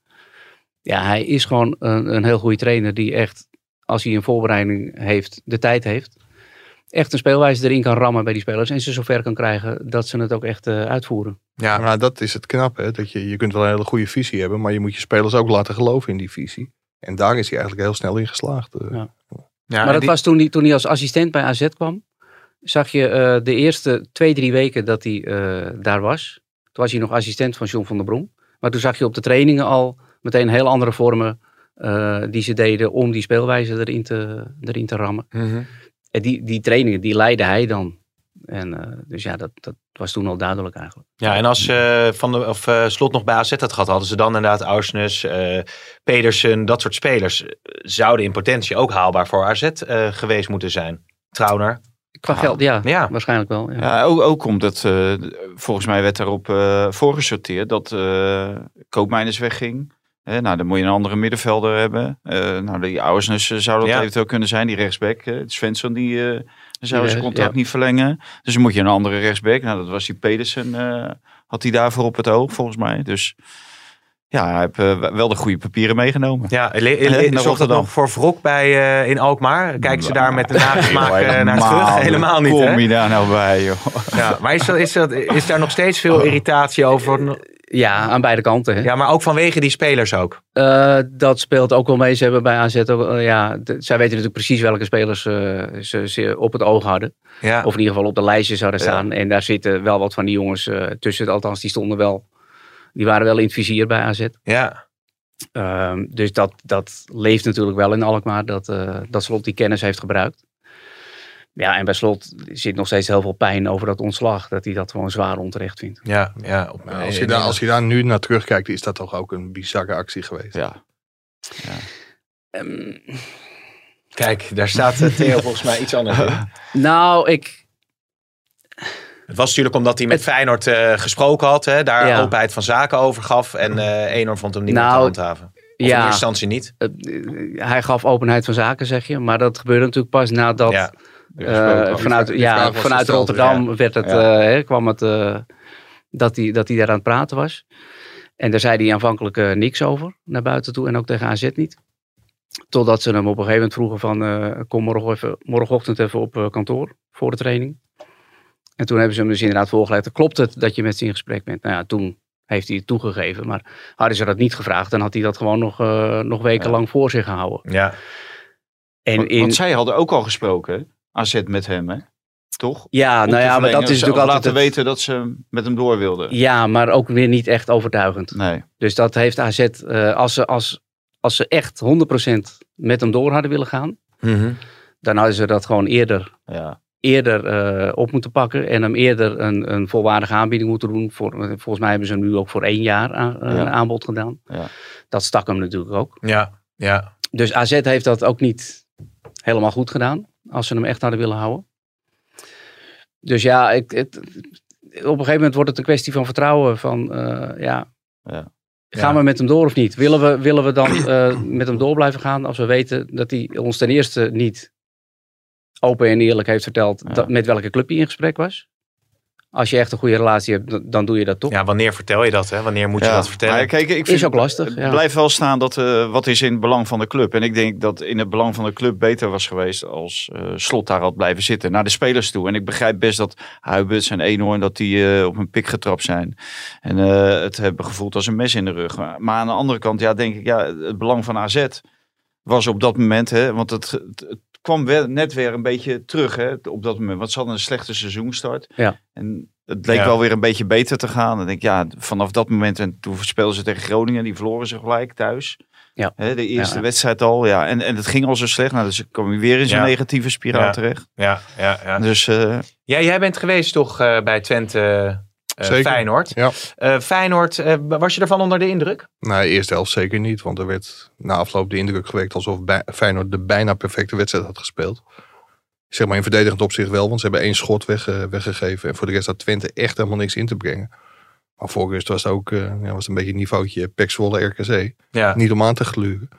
Speaker 6: Ja, hij is gewoon een, een heel goede trainer die echt, als hij een voorbereiding heeft, de tijd heeft. Echt een speelwijze erin kan rammen bij die spelers. En ze zover kan krijgen dat ze het ook echt eh, uitvoeren.
Speaker 3: Ja.
Speaker 5: Maar dat is het knappe. hè, Dat je, je kunt wel een hele goede visie hebben, maar je moet je spelers ook laten geloven in die visie. En daar is hij eigenlijk heel snel in geslaagd. eh.
Speaker 6: Ja.
Speaker 3: ja
Speaker 6: maar dat
Speaker 3: die-
Speaker 6: was toen hij, toen hij als assistent bij AZ kwam. Zag je eh, de eerste twee, drie weken dat hij eh, daar was. Toen was hij nog assistent van John van der Brom. Maar toen zag je op de trainingen al meteen heel andere vormen eh, die ze deden om die speelwijze erin te, erin te rammen.
Speaker 3: Mhm.
Speaker 6: En die, die trainingen, die leidde hij dan. En, eh, dus ja, dat, dat was toen al duidelijk eigenlijk.
Speaker 3: Ja, en als eh, van de, of, eh, Slot nog bij AZ had gehad, hadden ze dan inderdaad Ausnes, eh, Pedersen, dat soort spelers eh, zouden in potentie ook haalbaar voor AZ eh, geweest moeten zijn. Trauner.
Speaker 6: Qua
Speaker 4: Ja.
Speaker 6: geld, ja,
Speaker 3: Ja.
Speaker 6: Waarschijnlijk wel. Ja.
Speaker 4: Ja, ook, ook omdat, eh, volgens mij werd daarop eh voorgesorteerd dat eh Koopmeiners wegging. Eh, nou, dan moet je een andere middenvelder hebben. Eh, nou, die Ouwersnus eh, zou dat
Speaker 3: Ja.
Speaker 4: eventueel kunnen zijn, die rechtsback. Eh, Svensson, die eh, zou
Speaker 6: Ja,
Speaker 4: zijn contract
Speaker 6: ja.
Speaker 4: niet verlengen. Dus dan moet je een andere rechtsback. Nou, dat was die Pedersen, eh, had hij daarvoor op het oog, volgens mij. Dus ja, hij heeft eh, wel de goede papieren meegenomen.
Speaker 3: Ja, le- le-
Speaker 4: naar
Speaker 3: zorgt dat
Speaker 4: Rotterdam.
Speaker 3: nog voor wrok bij, eh, in Alkmaar? Kijken ze daar met de
Speaker 4: Joh,
Speaker 3: nagesmaak eh, naar
Speaker 4: helemaal
Speaker 3: terug?
Speaker 4: niet.
Speaker 3: Helemaal niet,
Speaker 4: Kom
Speaker 3: hè?
Speaker 4: je daar nou bij, joh.
Speaker 3: Ja, maar is, dat, is, dat, is daar nog steeds
Speaker 4: Oh.
Speaker 3: veel irritatie over?
Speaker 6: Ja, aan beide kanten. Hè.
Speaker 3: Ja, maar ook vanwege die spelers ook.
Speaker 6: Eh, dat speelt ook wel mee. Ze hebben bij AZ ook, eh, ja, d- zij weten natuurlijk precies welke spelers eh, ze, ze op het oog hadden.
Speaker 3: Ja.
Speaker 6: Of in ieder geval op de lijstje zouden staan. En daar zitten wel wat van die jongens eh, tussen. Althans, die stonden wel, die waren wel in het vizier bij AZ.
Speaker 3: Ja,
Speaker 6: Ehm, dus dat, dat leeft natuurlijk wel in Alkmaar, dat, eh, dat Slot die kennis heeft gebruikt. Ja, en bij Slot zit nog steeds heel veel pijn over dat ontslag. Dat hij dat gewoon zwaar onterecht vindt.
Speaker 3: ja, ja. Op-
Speaker 5: Maar als, je daar, als je daar nu naar terugkijkt, is dat toch ook een bizarre actie geweest.
Speaker 4: Ja.
Speaker 6: Ehm,
Speaker 3: Kijk, daar staat eh, Theo volgens mij iets anders in.
Speaker 6: Nou, ik.
Speaker 3: Het was natuurlijk omdat hij met
Speaker 6: Het-
Speaker 3: Feyenoord eh, gesproken had. Hè, daar
Speaker 6: Ja.
Speaker 3: openheid van zaken over gaf. En eh Enor vond hem niet
Speaker 6: Nou,
Speaker 3: meer te handhaven. Of in eerste
Speaker 6: ja,
Speaker 3: instantie niet.
Speaker 6: eh, hij gaf openheid van zaken, zeg je. Maar dat gebeurde natuurlijk pas nadat
Speaker 3: ja.
Speaker 6: Eh, vanuit,
Speaker 5: Die vraag
Speaker 6: ja,
Speaker 5: was
Speaker 6: vanuit
Speaker 5: gesteld,
Speaker 6: Rotterdam werd het,
Speaker 4: Ja.
Speaker 6: eh, hè, kwam het eh, dat hij dat hij daar aan het praten was. En daar zei hij aanvankelijk eh, niks over naar buiten toe en ook tegen AZ niet. Totdat ze hem op een gegeven moment vroegen van eh, kom morgen even, morgenochtend even op eh, kantoor voor de training. En toen hebben ze hem dus inderdaad voorgelegd. Klopt het dat je met ze in gesprek bent? Nou ja, toen heeft hij het toegegeven. Maar hadden ze dat niet gevraagd, dan had hij dat gewoon nog, eh, nog wekenlang voor zich gehouden.
Speaker 3: Ja.
Speaker 6: En
Speaker 4: Want,
Speaker 6: in,
Speaker 4: want zij hadden ook al gesproken, hè? AZ met hem, hè? Toch?
Speaker 6: ja,
Speaker 4: Om
Speaker 6: nou
Speaker 4: te
Speaker 6: ja, maar
Speaker 4: verlengen.
Speaker 6: dat is
Speaker 4: Ze-
Speaker 6: natuurlijk
Speaker 4: of
Speaker 6: altijd
Speaker 4: laten
Speaker 6: het-
Speaker 4: weten dat ze met hem door wilden.
Speaker 6: Ja, maar ook weer niet echt overtuigend.
Speaker 4: Nee.
Speaker 6: Dus dat heeft AZ, eh, als, ze, als, als ze echt 100% met hem door hadden willen gaan,
Speaker 3: Mhm.
Speaker 6: dan hadden ze dat gewoon eerder,
Speaker 4: Ja.
Speaker 6: eerder eh, op moeten pakken en hem eerder een, een volwaardige aanbieding moeten doen. Voor, eh, volgens mij hebben ze hem nu ook voor één jaar aan- eh, een
Speaker 4: Ja.
Speaker 6: aanbod gedaan.
Speaker 4: Ja.
Speaker 6: Dat stak hem natuurlijk ook.
Speaker 3: ja. Ja.
Speaker 6: Dus AZ heeft dat ook niet helemaal goed gedaan, als ze hem echt hadden willen houden. Dus ja, ik, het, op een gegeven moment wordt het een kwestie van vertrouwen. Van, eh, ja, Gaan
Speaker 3: Ja.
Speaker 6: we met hem door of niet? Willen we, willen we dan eh, met hem door blijven gaan als we weten dat hij ons ten eerste niet open en eerlijk heeft verteld
Speaker 4: Ja.
Speaker 6: dat, met welke club hij in gesprek was? Als je echt een goede relatie hebt, dan- dan doe je dat toch?
Speaker 3: Ja, wanneer vertel je dat? Hè? Wanneer moet je
Speaker 4: Ja.
Speaker 3: dat vertellen?
Speaker 4: Maar kijk, ik vind,
Speaker 6: ook lastig, ja.
Speaker 4: Het blijft wel staan dat eh, wat is in het belang van de club. En ik denk dat in het belang van de club beter was geweest als eh, Slot daar had blijven zitten. Naar de spelers toe. En ik begrijp best dat Huiberts en Eenhoorn dat die eh, op hun pik getrapt zijn. En eh, het hebben gevoeld als een mes in de rug. Maar, maar aan de andere kant, ja, denk ik, ja, het belang van AZ was op dat moment, hè, want het, het, het kwam wel, net weer een beetje terug hè, op dat moment. Want ze hadden een slechte seizoenstart.
Speaker 6: Ja.
Speaker 4: En het leek
Speaker 3: Ja.
Speaker 4: wel weer een beetje beter te gaan. En ik, ja, vanaf dat moment, en toen speelden ze tegen Groningen, die verloren ze gelijk thuis.
Speaker 6: Ja.
Speaker 4: Hè, de eerste
Speaker 6: Ja.
Speaker 4: wedstrijd al. Ja. En, en het ging al zo slecht. Nou, dus ik kwam je weer in zo'n
Speaker 3: Ja.
Speaker 4: negatieve spiraal
Speaker 3: Ja.
Speaker 4: terecht.
Speaker 3: Ja, ja, ja.
Speaker 4: Dus eh,
Speaker 3: Ja, jij bent geweest toch eh, bij Twente eh,
Speaker 5: Zeker.
Speaker 3: Feyenoord.
Speaker 5: Ja.
Speaker 3: Eh, Feyenoord, eh, was je ervan onder de indruk?
Speaker 5: Nou, de eerste helft zeker niet. Want er werd na afloop de indruk gewekt alsof bij- Feyenoord de bijna perfecte wedstrijd had gespeeld. Zeg maar in verdedigend opzicht wel, want ze hebben één schot wegge- weggegeven. En voor de rest had Twente echt helemaal niks in te brengen. Maar voor rust was het ook eh, ja, was het een beetje een niveautje Pek Zwolle RKC.
Speaker 3: Ja.
Speaker 5: Niet om aan te gluren.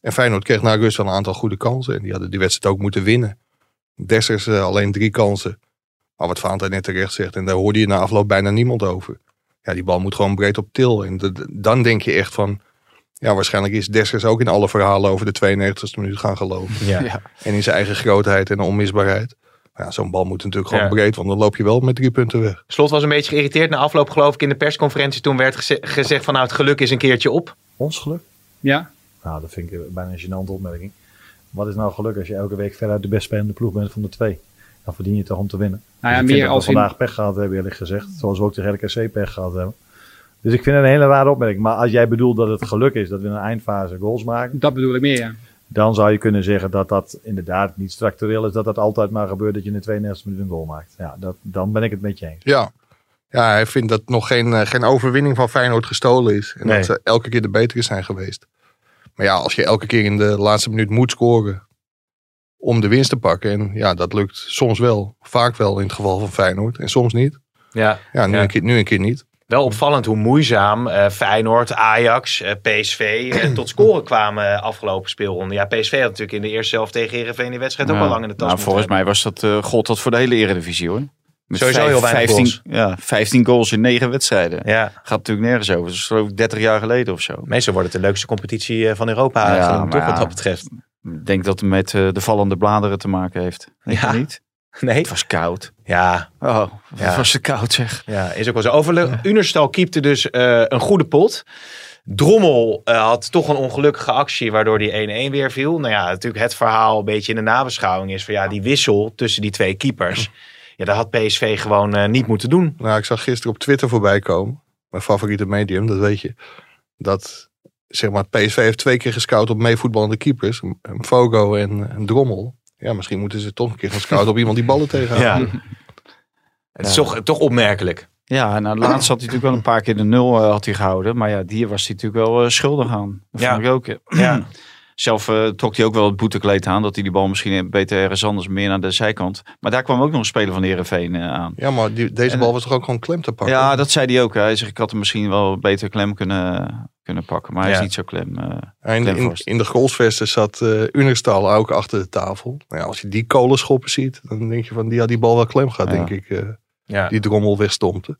Speaker 5: En Feyenoord kreeg na rust wel een aantal goede kansen. En die hadden die wedstrijd ook moeten winnen. Dessers eh, alleen drie kansen. Maar wat Vaanta net terecht zegt, en daar hoorde je na afloop bijna niemand over. Ja, die bal moet gewoon breed op til. En de- de- dan denk je echt van... Ja, waarschijnlijk is Dessers ook in alle verhalen over de 92e minuut gaan geloven.
Speaker 3: Ja.
Speaker 5: En in zijn eigen grootheid en onmisbaarheid. Maar ja, zo'n bal moet natuurlijk gewoon
Speaker 3: Ja.
Speaker 5: breed, want dan loop je wel met drie punten weg.
Speaker 3: Slot was een beetje geïrriteerd na afloop, geloof ik, in de persconferentie. Toen werd geze- gezegd van nou, het geluk is een keertje op.
Speaker 7: Ons geluk?
Speaker 8: Ja.
Speaker 7: Nou, dat vind ik bijna een gênante opmerking. Wat is nou geluk als je elke week veruit de best spelende ploeg bent van de twee? Dan verdien je toch om te winnen.
Speaker 8: Nou ja,
Speaker 7: ik vind
Speaker 8: meer
Speaker 7: dat
Speaker 8: als
Speaker 7: we
Speaker 8: in...
Speaker 7: vandaag pech gehad hebben, eerlijk gezegd. Zoals we ook tegen RKC pech gehad hebben. Dus ik vind het een hele rare opmerking. Maar als jij bedoelt dat het geluk is dat we in een eindfase goals maken,
Speaker 8: Dat bedoel ik meer, ja.
Speaker 7: dan zou je kunnen zeggen dat dat inderdaad niet structureel is. Dat dat altijd maar gebeurt dat je in de 92 minuten een goal maakt. Ja, dat, dan ben ik het met je eens.
Speaker 5: Ja. Ja, hij vindt dat nog geen, eh, geen overwinning van Feyenoord gestolen is. En
Speaker 3: Nee.
Speaker 5: dat ze elke keer de betere zijn geweest. Maar ja, als je elke keer in de laatste minuut moet scoren om de winst te pakken. En ja, dat lukt soms wel. Vaak wel in het geval van Feyenoord. En soms niet.
Speaker 3: Ja.
Speaker 5: Ja, nu,
Speaker 3: Ja.
Speaker 5: Een, keer, nu een keer niet.
Speaker 3: Wel opvallend hoe moeizaam eh, Feyenoord, Ajax, eh, PSV eh, tot scoren kwamen eh, afgelopen speelronde. Ja, PSV had natuurlijk in de eerste helft tegen Herenveen die wedstrijd ook
Speaker 4: ja.
Speaker 3: al lang in de tas.
Speaker 4: nou,
Speaker 3: moeten
Speaker 4: volgens
Speaker 3: hebben.
Speaker 4: mij was dat, eh gold dat voor de hele eredivisie hoor. Met
Speaker 3: Sowieso heel weinig
Speaker 4: 15,
Speaker 3: goals.
Speaker 4: Ja, 15 goals in 9 wedstrijden.
Speaker 3: Ja,
Speaker 4: Gaat natuurlijk nergens over. Dat is geloof ik 30 jaar geleden of zo.
Speaker 3: meestal wordt het de leukste competitie eh, van Europa,
Speaker 4: Ja,
Speaker 3: ja,
Speaker 4: maar
Speaker 3: toch wat
Speaker 4: ja.
Speaker 3: dat betreft.
Speaker 4: Ik denk dat het met eh, de vallende bladeren te maken heeft. Denk
Speaker 3: Ja.
Speaker 4: je niet?
Speaker 3: Nee?
Speaker 4: Het was koud.
Speaker 3: Ja,
Speaker 4: Oh, het
Speaker 3: Ja.
Speaker 4: was te koud zeg.
Speaker 3: Ja, is ook wel zo. Over Unerstal keepte dus eh, een goede pot. Drommel eh, had toch een ongelukkige actie waardoor die 1-1 weer viel. Nou ja, natuurlijk het verhaal een beetje in de nabeschouwing is van ja, die wissel tussen die twee keepers. Ja, dat had PSV gewoon eh, niet moeten doen.
Speaker 5: Nou, ik zag gisteren op Twitter voorbij komen. Mijn favoriete medium, dat weet je. Dat zeg maar, PSV heeft twee keer gescout op meevoetballende keepers. M- Fogo en, eh, Drommel. Ja, misschien moeten ze toch een keer gaan scouten op iemand die ballen tegenhoudt.
Speaker 3: Ja. Het is toch, toch opmerkelijk.
Speaker 4: Ja, nou laatst had hij natuurlijk wel een paar keer de nul eh, had hij gehouden. Maar ja, die was hij natuurlijk wel eh, schuldig aan. Dat
Speaker 3: Ja.
Speaker 4: vond ik ook. eh,
Speaker 3: Ja.
Speaker 4: Zelf eh, trok hij ook wel het boetekleed aan. Dat hij die bal misschien beter ergens anders meer naar de zijkant. Maar daar kwam ook nog een speler van de Heerenveen eh, aan.
Speaker 5: Ja, maar die, deze
Speaker 4: En-
Speaker 5: bal was toch ook gewoon klem te pakken?
Speaker 4: Ja, dat zei hij ook. Hij zegt, ik had hem misschien wel beter klem kunnen, kunnen pakken. Maar hij
Speaker 5: Ja.
Speaker 4: is niet zo klem. eh.
Speaker 5: En in, in,
Speaker 4: Glenvorst.
Speaker 5: de goalsvesten zat eh Unerstal ook achter de tafel. Nou ja, als je die kolenschoppen ziet, dan denk je van die had die bal wel klem gehad,
Speaker 4: Ja.
Speaker 5: denk ik. eh,
Speaker 3: Ja.
Speaker 5: die drommel wegstompte.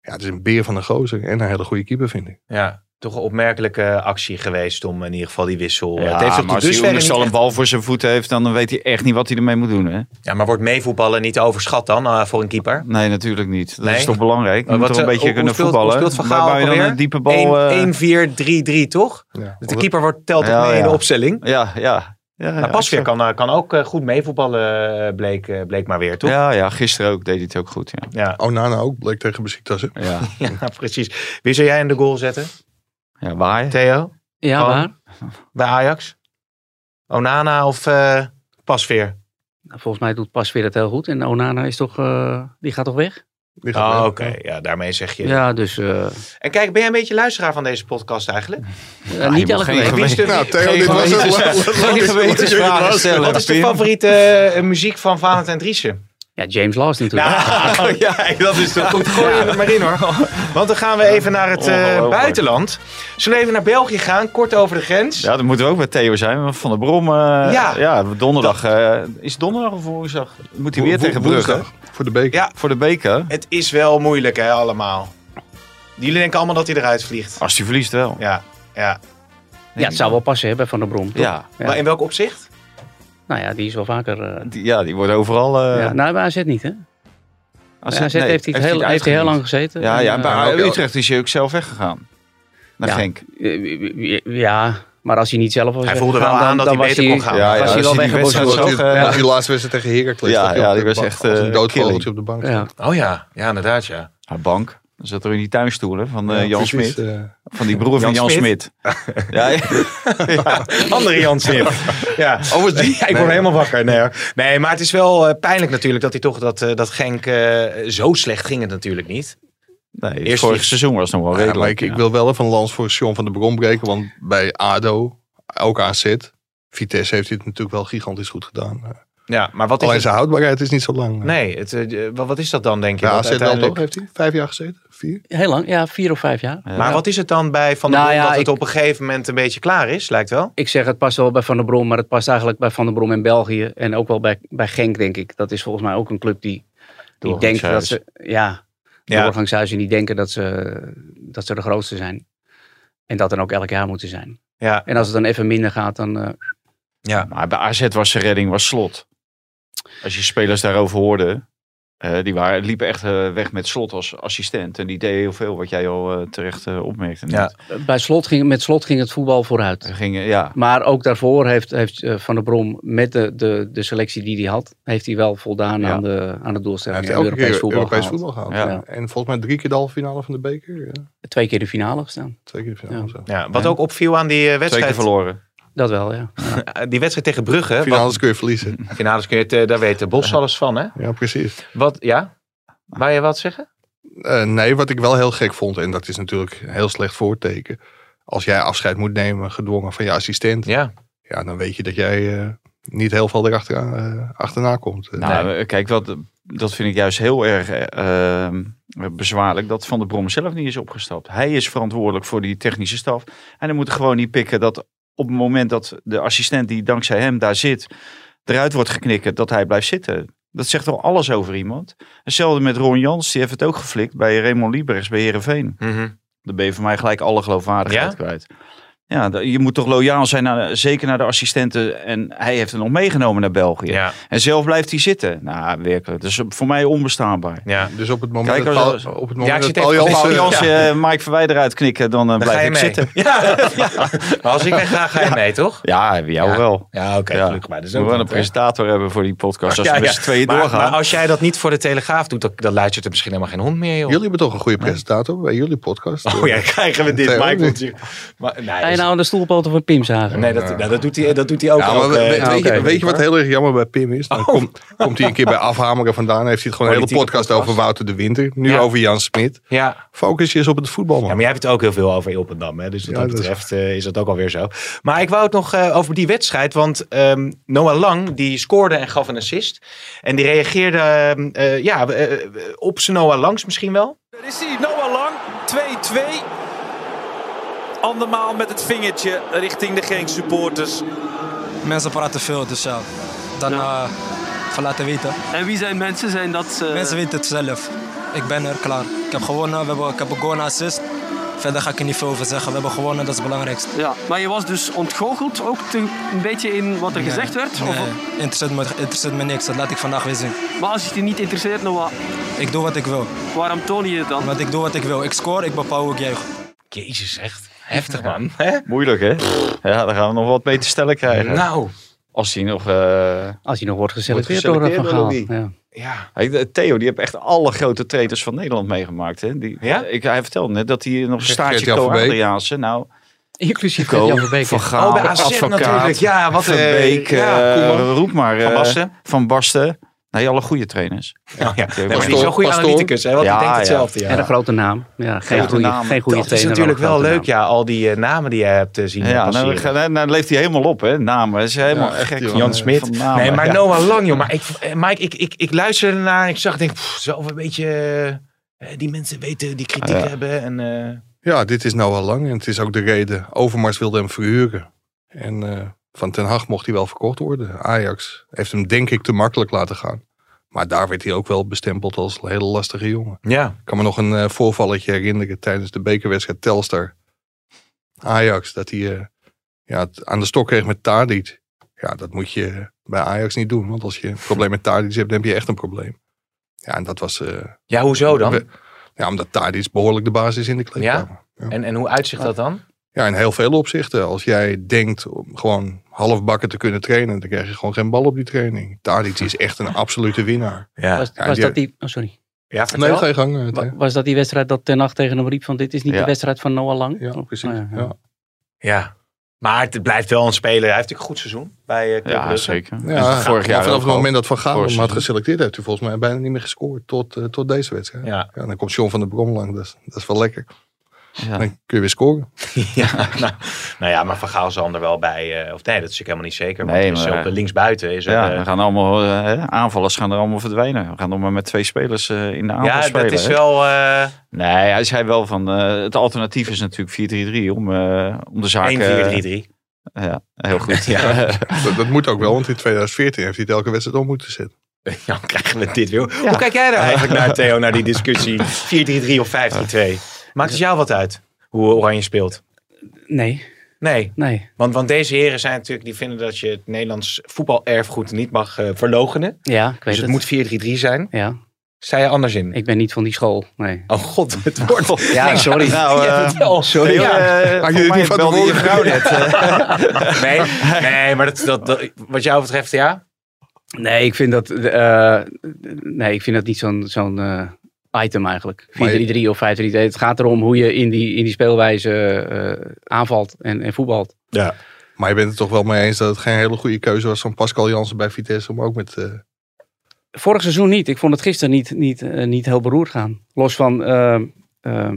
Speaker 5: Ja, het is een beer van een gozer en een hele goede keeper, vind ik.
Speaker 3: Ja, toch een opmerkelijke actie geweest om in ieder geval die wissel. eh,
Speaker 4: Ja,
Speaker 3: het heeft tot
Speaker 4: maar als
Speaker 3: dusverre
Speaker 4: hij
Speaker 3: niet
Speaker 4: al een
Speaker 3: echt-
Speaker 4: bal voor zijn voeten heeft, dan weet hij echt niet wat hij ermee moet doen. Hè?
Speaker 3: Ja, maar wordt meevoetballen niet overschat dan eh, voor een keeper?
Speaker 4: Nee, natuurlijk niet. Dat
Speaker 3: Nee.
Speaker 4: is toch belangrijk?
Speaker 3: Eh,
Speaker 4: Je moet
Speaker 3: wat,
Speaker 4: toch een
Speaker 3: eh,
Speaker 4: beetje
Speaker 3: hoe-
Speaker 4: kunnen
Speaker 3: hoe speelt-
Speaker 4: voetballen.
Speaker 3: Hoe speelt Van
Speaker 4: Waar-
Speaker 3: Gaal
Speaker 4: waar je dan
Speaker 3: alweer?
Speaker 4: een diepe bal... eh,
Speaker 3: 1-4-3-3, toch?
Speaker 5: Ja.
Speaker 3: De keeper wordt, telt toch
Speaker 4: Ja,
Speaker 3: mee in
Speaker 4: ja.
Speaker 3: de opstelling?
Speaker 4: Ja, ja. ja, ja
Speaker 3: maar Pasveer
Speaker 4: ik-
Speaker 3: kan, eh, kan ook eh, goed meevoetballen, eh, bleek, eh, bleek maar weer, toch?
Speaker 4: Ja, ja, gisteren ook deed hij het ook goed. Ja.
Speaker 3: Ja,
Speaker 5: Onana Oh, ook, bleek tegen Besiktas. hè?
Speaker 4: Ja.
Speaker 3: ja, precies. Wie zou jij in de goal zetten?
Speaker 4: Ja, waar?
Speaker 3: Theo?
Speaker 6: Ja,
Speaker 3: Oh.
Speaker 6: waar?
Speaker 3: Bij Ajax? Onana of eh, Pasveer?
Speaker 6: Nou, Volgens mij doet Pasveer het heel goed. En Onana is toch, eh, die gaat toch weg?
Speaker 5: Die gaat
Speaker 3: Oh,
Speaker 5: weg.
Speaker 3: oké. Ja, daarmee zeg je.
Speaker 6: Ja, dus eh,
Speaker 3: En kijk, ben jij een beetje luisteraar van deze podcast eigenlijk?
Speaker 6: eh, niet
Speaker 4: mag
Speaker 6: elke
Speaker 4: geen
Speaker 6: week.
Speaker 4: gewicht
Speaker 3: Wie is de-
Speaker 5: Nou, Theo,
Speaker 4: Geen
Speaker 5: dit was het.
Speaker 4: gewetens-
Speaker 5: Laat- laat- laat-
Speaker 4: geen
Speaker 5: laat-
Speaker 4: gewetensvragen
Speaker 5: laat- laat-
Speaker 4: stellen.
Speaker 3: Wat is de
Speaker 4: Pim.
Speaker 3: favoriete eh, muziek van Valentijn Driessen?
Speaker 6: Ja, James Last natuurlijk.
Speaker 3: Ja, Oh, ja, dat is toch goed. Gooi je er maar in hoor. Want dan gaan we even naar het eh,
Speaker 4: Ongelooflijk.
Speaker 3: buitenland. Zullen we even naar België gaan, kort over de grens?
Speaker 4: Ja, dat moet ook met Theo zijn. want Van der Brom, eh,
Speaker 3: Ja.
Speaker 4: ja. donderdag. eh, is het donderdag of woensdag? Moet hij
Speaker 5: Wo-
Speaker 4: weer
Speaker 5: wo-
Speaker 4: tegen Brugge?
Speaker 5: woensdag Voor de beker.
Speaker 3: Ja.
Speaker 4: Voor de beker?
Speaker 3: Het is wel moeilijk hè, allemaal. Jullie denken allemaal dat hij eruit vliegt.
Speaker 4: Als hij verliest wel.
Speaker 3: Ja, ja.
Speaker 6: Ja, het zou wel passen hè, bij Van der Brom. toch?
Speaker 4: Ja,
Speaker 6: Ja.
Speaker 3: Maar in welk opzicht?
Speaker 6: Nou ja, die is wel vaker... eh,
Speaker 4: die, ja, die wordt overal... eh,
Speaker 6: ja. Nou, bij AZ niet, hè?
Speaker 4: als
Speaker 6: Bij AZ
Speaker 4: het- nee,
Speaker 6: heeft hij het heel, heeft hij heel
Speaker 4: uitgediend.
Speaker 6: lang gezeten.
Speaker 4: Ja,
Speaker 6: En,
Speaker 4: ja,
Speaker 6: eh,
Speaker 4: bij
Speaker 5: ook-
Speaker 4: Utrecht is hij ook zelf weggegaan. Naar
Speaker 6: Ja.
Speaker 4: Genk.
Speaker 6: eh, Ja, maar als hij niet zelf was
Speaker 3: Hij voelde wel
Speaker 6: weggegaan,
Speaker 3: aan dat hij
Speaker 6: was
Speaker 3: beter kon gaan.
Speaker 4: Ja, ja,
Speaker 6: was hij
Speaker 4: als
Speaker 6: wel
Speaker 4: je die wedstrijd
Speaker 6: weggeborduurd.
Speaker 4: zag,
Speaker 5: die,
Speaker 4: eh,
Speaker 5: die laatste wedstrijd tegen Heracles.
Speaker 4: Ja,
Speaker 5: dat hij
Speaker 4: ja,
Speaker 5: op
Speaker 4: die
Speaker 5: de
Speaker 4: was
Speaker 5: bank-
Speaker 4: echt,
Speaker 5: als een
Speaker 4: eh,
Speaker 5: doodvogeltje
Speaker 4: killing.
Speaker 5: op de bank.
Speaker 6: Ja.
Speaker 3: Oh ja, ja inderdaad ja.
Speaker 4: Haar bank. Dan zat er in die tuinstoelen van eh,
Speaker 5: Ja,
Speaker 4: Jan
Speaker 5: precies,
Speaker 4: Smit.
Speaker 5: eh,
Speaker 4: Van die broer van
Speaker 3: Jan
Speaker 4: Jan Smit. Ja, ja.
Speaker 3: Andere Jan Smit. Ja.
Speaker 5: Overigens die-
Speaker 3: Ja, ik word helemaal wakker. Nee, hoor. nee, maar het is wel eh, pijnlijk natuurlijk dat hij toch dat, eh, dat Genk eh, zo slecht ging het natuurlijk niet.
Speaker 4: Nee, het
Speaker 3: Eerst
Speaker 4: vorige
Speaker 3: die-
Speaker 4: seizoen was het nog wel
Speaker 5: Ja, maar
Speaker 4: redelijk.
Speaker 5: ik, ik
Speaker 4: ja.
Speaker 5: wil wel even een lans voor Sean van de Brom breken. Want bij ADO, ook AZ, Vitesse heeft dit natuurlijk wel gigantisch goed gedaan. Eh,
Speaker 3: Ja, maar wat is
Speaker 5: Alleen
Speaker 3: het?
Speaker 5: zijn houdbaarheid is niet zo lang.
Speaker 3: Nee, het, eh, eh, wat wat is dat dan denk je?
Speaker 5: Ja,
Speaker 3: Want
Speaker 5: AZ wel
Speaker 3: uiteindelijk-
Speaker 5: toch? Heeft hij vijf jaar gezeten? Vier?
Speaker 6: Heel lang, ja, vier of vijf jaar.
Speaker 4: Ja.
Speaker 3: Maar wat is het dan bij Van der
Speaker 6: Nou
Speaker 3: Brom
Speaker 6: ja,
Speaker 3: dat het
Speaker 6: ik-
Speaker 3: op een gegeven moment een beetje klaar is, lijkt wel?
Speaker 6: Ik zeg het past wel bij Van der Brom, maar het past eigenlijk bij Van der Brom in België. En ook wel bij, bij Genk, denk ik. Dat is volgens mij ook een club die, die denkt dat
Speaker 4: Doorgangshuis.
Speaker 6: ze... Ja,
Speaker 3: Ja.
Speaker 6: doorgangshuizen die denken dat ze, dat ze de grootste zijn. En dat dan ook elk jaar moeten zijn.
Speaker 3: Ja,
Speaker 6: En als het dan even minder gaat, dan... eh,
Speaker 3: ja.
Speaker 4: Maar bij AZ was zijn redding was slot. Als je spelers daarover hoorde, eh, die waren, liepen echt eh, weg met slot als assistent. En die deed heel veel, wat jij al eh, terecht eh, opmerkte. net.
Speaker 3: Ja.
Speaker 6: bij slot ging, met slot ging het voetbal vooruit.
Speaker 4: Ze gingen, ja.
Speaker 6: Maar ook daarvoor heeft, heeft eh, Van der Brom met de, de, de selectie die hij had, heeft hij wel voldaan
Speaker 4: Ja.
Speaker 6: aan, de, aan de
Speaker 5: Hij
Speaker 6: doelstelling.
Speaker 5: heeft elke
Speaker 6: Europees
Speaker 5: keer
Speaker 6: voetbal
Speaker 5: Europees
Speaker 6: gehaald.
Speaker 5: voetbal gehaald.
Speaker 4: Ja.
Speaker 5: ja. En volgens mij drie keer de halve finale van de beker. Ja,
Speaker 6: Twee keer de finale gestaan.
Speaker 5: twee keer de finale.
Speaker 6: Ja.
Speaker 5: Zo.
Speaker 3: ja. Wat ook opviel aan die eh,
Speaker 4: Twee keer
Speaker 3: wedstrijd,
Speaker 4: verloren.
Speaker 6: Dat wel, ja.
Speaker 3: eh, die wedstrijd tegen Brugge. Wat,
Speaker 5: Finales kun je verliezen.
Speaker 3: finales kun je het, eh, daar weet de Bos alles van, hè?
Speaker 5: Ja, precies.
Speaker 3: Wat, ja? Wou je wat zeggen?
Speaker 5: Eh, nee, wat ik wel heel gek vond, en dat is natuurlijk een heel slecht voorteken. Als jij afscheid moet nemen, gedwongen van je assistent, ja,
Speaker 3: Ja.
Speaker 5: dan weet je dat jij eh, niet heel veel erachteraan eh, achterna komt. Eh,
Speaker 4: Nou, eh, kijk, wat, dat vind ik juist heel erg eh, eh, bezwaarlijk. Dat Van der Brom zelf niet is opgestapt. Hij is verantwoordelijk voor die technische staf. En dan moet er gewoon niet pikken dat op het moment dat de assistent die dankzij hem daar zit, eruit wordt geknikken, dat hij blijft zitten. Dat zegt wel alles over iemand. Hetzelfde met Ron Jans, die heeft het ook geflikt bij Raymond Liebergs bij Herenveen.
Speaker 5: Mhm.
Speaker 4: Dan ben je voor mij gelijk alle geloofwaardigheid
Speaker 3: Ja?
Speaker 4: kwijt. Ja, da- je moet toch loyaal zijn, naar, zeker naar de assistenten. En hij heeft het nog meegenomen naar België.
Speaker 3: Ja,
Speaker 4: En zelf blijft hij zitten. Nou, werkelijk. Dat is voor mij onbestaanbaar.
Speaker 3: ja.
Speaker 5: Dus op het moment
Speaker 4: Kijk,
Speaker 5: dat
Speaker 4: als-
Speaker 5: Paul- op het
Speaker 3: Ja, ik
Speaker 5: moment
Speaker 3: zit
Speaker 5: dat Paul
Speaker 3: even-
Speaker 4: Als
Speaker 3: Paul
Speaker 5: Jansen-
Speaker 4: Jans
Speaker 3: Jansen,
Speaker 4: eh Mike Verwij eruit knikken, dan, eh,
Speaker 3: Dan ga
Speaker 4: blijf
Speaker 3: je
Speaker 4: ik
Speaker 3: mee.
Speaker 4: zitten.
Speaker 3: Ja. Als ik wegga, ga je mee, toch?
Speaker 4: Ja, jou
Speaker 3: Ja.
Speaker 4: wel.
Speaker 3: Ja, oké.
Speaker 4: Ja.
Speaker 3: gelukkig maar. Dat
Speaker 4: We
Speaker 3: is ook
Speaker 4: moeten wel een
Speaker 3: wat, hè?
Speaker 4: presentator hebben voor die podcast. Als
Speaker 3: Ja,
Speaker 4: we
Speaker 3: ja.
Speaker 4: met z'n tweeën
Speaker 3: maar,
Speaker 4: doorgaan.
Speaker 3: Maar als jij dat niet voor de Telegraaf doet, dan, dan luistert er misschien helemaal geen hond meer, joh.
Speaker 5: Jullie hebben toch een goede presentator bij jullie podcast?
Speaker 3: Oh ja, krijgen we dit.
Speaker 5: Theo
Speaker 3: Mike
Speaker 5: ook
Speaker 3: moet
Speaker 5: niet.
Speaker 3: zich- Maar, nee,
Speaker 6: En
Speaker 5: dus-
Speaker 6: nou de stoelpoten van Pim zagen?
Speaker 3: Nee, dat, nou, dat, doet hij, dat doet hij ook.
Speaker 5: Ja, maar
Speaker 3: elke-
Speaker 5: we- we-
Speaker 3: elke
Speaker 5: weet,
Speaker 6: oké.
Speaker 5: je,
Speaker 3: week,
Speaker 5: weet je wat
Speaker 3: hoor.
Speaker 5: heel erg jammer bij Pim is? Dan komt, komt hij een keer bij Afhameren vandaan. Heeft hij het gewoon een hele
Speaker 3: Oh. Politieke
Speaker 5: podcast,
Speaker 3: podcast.
Speaker 5: over Wouter de Winter. Nu
Speaker 3: Ja.
Speaker 5: over Jan Smit.
Speaker 3: Ja.
Speaker 5: Focus je eens op het voetbal,
Speaker 3: ja,
Speaker 5: man.
Speaker 3: maar jij hebt het ook heel veel over Ilpendam. Hè? Dus wat
Speaker 5: Ja,
Speaker 3: dat
Speaker 5: dat is-
Speaker 3: betreft eh, is dat ook alweer zo. Maar ik wou het nog eh, over die wedstrijd. Want ehm, Noah Lang, die scoorde en gaf een assist. En die reageerde ehm, eh, ja, eh, eh, op zijn Noah Langs misschien wel.
Speaker 9: Daar is hij, Noah Lang, 2-2. Andermaal met het vingertje richting de Genk supporters.
Speaker 8: Mensen praten veel, dus ja. Dan eh van laten weten.
Speaker 10: En wie zijn mensen? Zijn dat... eh,
Speaker 8: Mensen weten het zelf. Ik ben er klaar. Ik heb gewonnen, we hebben, ik heb een goal en assist. Verder ga ik er niet veel over zeggen. We hebben gewonnen, dat is het belangrijkste.
Speaker 10: Ja, maar je was dus ontgoocheld ook te- een beetje in wat er gezegd werd?
Speaker 8: Nee,
Speaker 10: Of,
Speaker 8: interesseert, me, interesseert me niks, dat laat ik vandaag weer zien.
Speaker 10: maar als je het niet interesseert, nou, wa-
Speaker 8: Ik doe wat ik wil.
Speaker 10: waarom toon je het dan?
Speaker 8: Want ik doe wat ik wil. Ik score, ik bepaal hoe ik juich.
Speaker 3: Jezus, echt heftig man. hè?
Speaker 4: Moeilijk, hè? Ja, daar gaan we nog wat mee te stellen krijgen.
Speaker 3: Nou,
Speaker 4: Als hij nog... eh,
Speaker 6: Als hij nog wordt geselecteerd,
Speaker 4: Wordt
Speaker 6: door eh, Van Gaal.
Speaker 4: geselecteerd door
Speaker 6: Ja.
Speaker 3: ja.
Speaker 4: Hey, Theo, die heeft echt alle grote trainers van Nederland meegemaakt. Hè? Die,
Speaker 3: Ja?
Speaker 4: ik, hij vertelde net dat hij nog een staartje
Speaker 5: Gert-Jan Verbeek.
Speaker 4: Co-Adriaanse... Nou,
Speaker 6: Inclusief
Speaker 4: Co,
Speaker 6: Jan Verbeek.
Speaker 4: Van Gaal,
Speaker 3: Oh, bij AZ
Speaker 4: advocaat,
Speaker 3: natuurlijk. Ja, wat, eh,
Speaker 4: Verbeek,
Speaker 3: ja,
Speaker 4: eh,
Speaker 3: Koeman.
Speaker 4: roep maar. eh,
Speaker 3: Van Basten.
Speaker 4: Van Basten. Nee, alle goede trainers.
Speaker 3: Nou ja. Nee, maar die
Speaker 5: Pastoor,
Speaker 3: is wel een goede
Speaker 5: Pastoor.
Speaker 3: analyticus, hè, want
Speaker 4: Ja,
Speaker 3: die denkt
Speaker 4: ja.
Speaker 3: hetzelfde. Ja.
Speaker 6: En een grote naam. Ja, geen
Speaker 4: Grote
Speaker 6: goede,
Speaker 4: naam.
Speaker 6: geen goede
Speaker 3: Dat is
Speaker 6: trainer,
Speaker 3: natuurlijk
Speaker 6: maar een
Speaker 3: wel
Speaker 6: grote
Speaker 3: leuk,
Speaker 6: naam.
Speaker 3: ja, al die eh, namen die je hebt eh, zien
Speaker 4: Ja, nou,
Speaker 3: passeren.
Speaker 4: dan, dan- dan leeft hij helemaal op, hè? Namen. Is helemaal
Speaker 5: Ja, echt,
Speaker 4: gek.
Speaker 5: joh.
Speaker 4: van-
Speaker 3: Jan Smit.
Speaker 4: van namen.
Speaker 3: Nee, maar
Speaker 4: Ja.
Speaker 3: Noah Lang, joh. Maar ik, eh, Mike, ik, ik, ik luisterde naar en ik zag, ik denk, pff, zo een beetje... eh, die mensen weten, die kritiek
Speaker 4: Ah, ja.
Speaker 3: hebben. En, eh,
Speaker 5: Ja, dit is nou al lang. En het is ook de reden. Overmars wilde hem verhuren. En eh, van Ten Hag mocht hij wel verkocht worden. Ajax heeft hem denk ik te makkelijk laten gaan. Maar daar werd hij ook wel bestempeld als een hele lastige jongen.
Speaker 3: ja.
Speaker 5: Ik kan me nog een eh, voorvalletje herinneren tijdens de bekerwedstrijd Telstar. Ajax, dat hij eh, ja, het aan de stok kreeg met Tadic. Ja, dat moet je bij Ajax niet doen. Want als je een probleem met Tadic hebt, dan heb je echt een probleem. Ja, en dat was... eh,
Speaker 3: ja, hoezo
Speaker 5: we-
Speaker 3: dan?
Speaker 5: ja, omdat Tadic behoorlijk de basis in de kleedkamer.
Speaker 3: En, en hoe uitzicht dat dan?
Speaker 5: Ja, in heel veel opzichten. Als jij denkt om gewoon halfbakken te kunnen trainen, dan krijg je gewoon geen bal op die training. Tadic is echt een absolute winnaar.
Speaker 3: Ja,
Speaker 6: Was,
Speaker 5: Ja,
Speaker 6: was
Speaker 5: die-
Speaker 6: dat die, oh, sorry.
Speaker 3: ja
Speaker 5: Nee,
Speaker 3: vertel.
Speaker 5: ga je gang. eh,
Speaker 6: Wa-
Speaker 5: Theo.
Speaker 6: Was dat die wedstrijd dat Ten Hag tegen hem riep van dit is niet
Speaker 4: Ja.
Speaker 6: de wedstrijd van Noah Lang?
Speaker 5: Ja,
Speaker 6: Oh,
Speaker 5: precies.
Speaker 6: oh ja, ja.
Speaker 5: Ja.
Speaker 3: ja. Maar het blijft wel een speler. Hij heeft natuurlijk een goed seizoen bij eh, Club
Speaker 4: Ja,
Speaker 3: Brugge.
Speaker 4: zeker.
Speaker 5: Ja,
Speaker 4: En Dus vorig jaar
Speaker 5: vanaf
Speaker 4: ook
Speaker 5: het
Speaker 4: al.
Speaker 5: moment dat Van Gaal hem
Speaker 4: Voorseizoen.
Speaker 5: had geselecteerd, heeft hij volgens mij bijna niet meer gescoord tot, eh, tot deze wedstrijd. Ja.
Speaker 3: Ja,
Speaker 5: dan komt John van der Brom lang, dat is, dat is wel lekker.
Speaker 4: Ja.
Speaker 5: Dan kun je weer scoren.
Speaker 3: ja. nou, nou ja, maar Van Gaal zal er wel bij. eh, of nee, dat is natuurlijk helemaal niet zeker. Want
Speaker 4: Nee,
Speaker 3: er is
Speaker 4: maar,
Speaker 3: op
Speaker 4: eh,
Speaker 3: linksbuiten is er,
Speaker 4: Ja,
Speaker 3: eh,
Speaker 4: dan gaan allemaal, eh, hè, aanvallers gaan er allemaal verdwijnen. We gaan nog maar met twee spelers eh, in de aanval
Speaker 3: ja,
Speaker 4: spelen.
Speaker 3: dat is
Speaker 4: hè.
Speaker 3: wel. eh,
Speaker 4: Nee, hij zei wel van eh, het alternatief is natuurlijk 4-3-3 om, eh, om de zaak.
Speaker 3: 1-4-3-3.
Speaker 4: eh, ja, eh, heel goed.
Speaker 3: Ja.
Speaker 5: Dat, dat moet ook wel, want in 2014 heeft hij het elke wedstrijd om moeten zetten.
Speaker 3: Ja, dan krijgen we dit weer. Hoe kijk jij daar eigenlijk naar, Theo, naar die discussie? 4-3-3 of 5-3-2? Maakt het jou wat uit hoe Oranje speelt?
Speaker 6: Nee,
Speaker 3: Nee,
Speaker 6: nee.
Speaker 3: want, want deze heren zijn natuurlijk, die vinden dat je het Nederlands voetbalerfgoed niet mag eh verlogenen.
Speaker 6: Ja, ik weet
Speaker 3: Dus het, moet 4-3-3 zijn.
Speaker 6: Ja,
Speaker 3: Zei je anders in?
Speaker 6: ik ben niet van die school. Nee.
Speaker 3: Oh god, het wordt.
Speaker 6: Ja, sorry.
Speaker 4: Nou,
Speaker 3: Jij
Speaker 4: eh,
Speaker 3: bent wel-
Speaker 4: Theo,
Speaker 3: Ja.
Speaker 4: eh, voor
Speaker 5: Had je dit
Speaker 4: mij
Speaker 5: niet van
Speaker 4: belde je
Speaker 5: tevoren
Speaker 4: vrouw net. eh.
Speaker 3: Nee, nee maar dat, dat, dat- wat jou betreft, ja.
Speaker 6: Nee, ik vind dat, eh, nee, ik vind dat niet zo'n zo'n eh, item eigenlijk. 4-3-3
Speaker 5: Maar je-
Speaker 6: of 5-3-2. Het gaat erom hoe je in die, in die speelwijze eh, aanvalt en, en voetbalt.
Speaker 5: Maar je bent het toch wel mee eens dat het geen hele goede keuze was van Pascal Jansen bij Vitesse om ook met... eh,
Speaker 6: Vorig seizoen niet. Ik vond het gisteren niet, niet, eh, niet heel beroerd gaan. Los van ehm, ehm,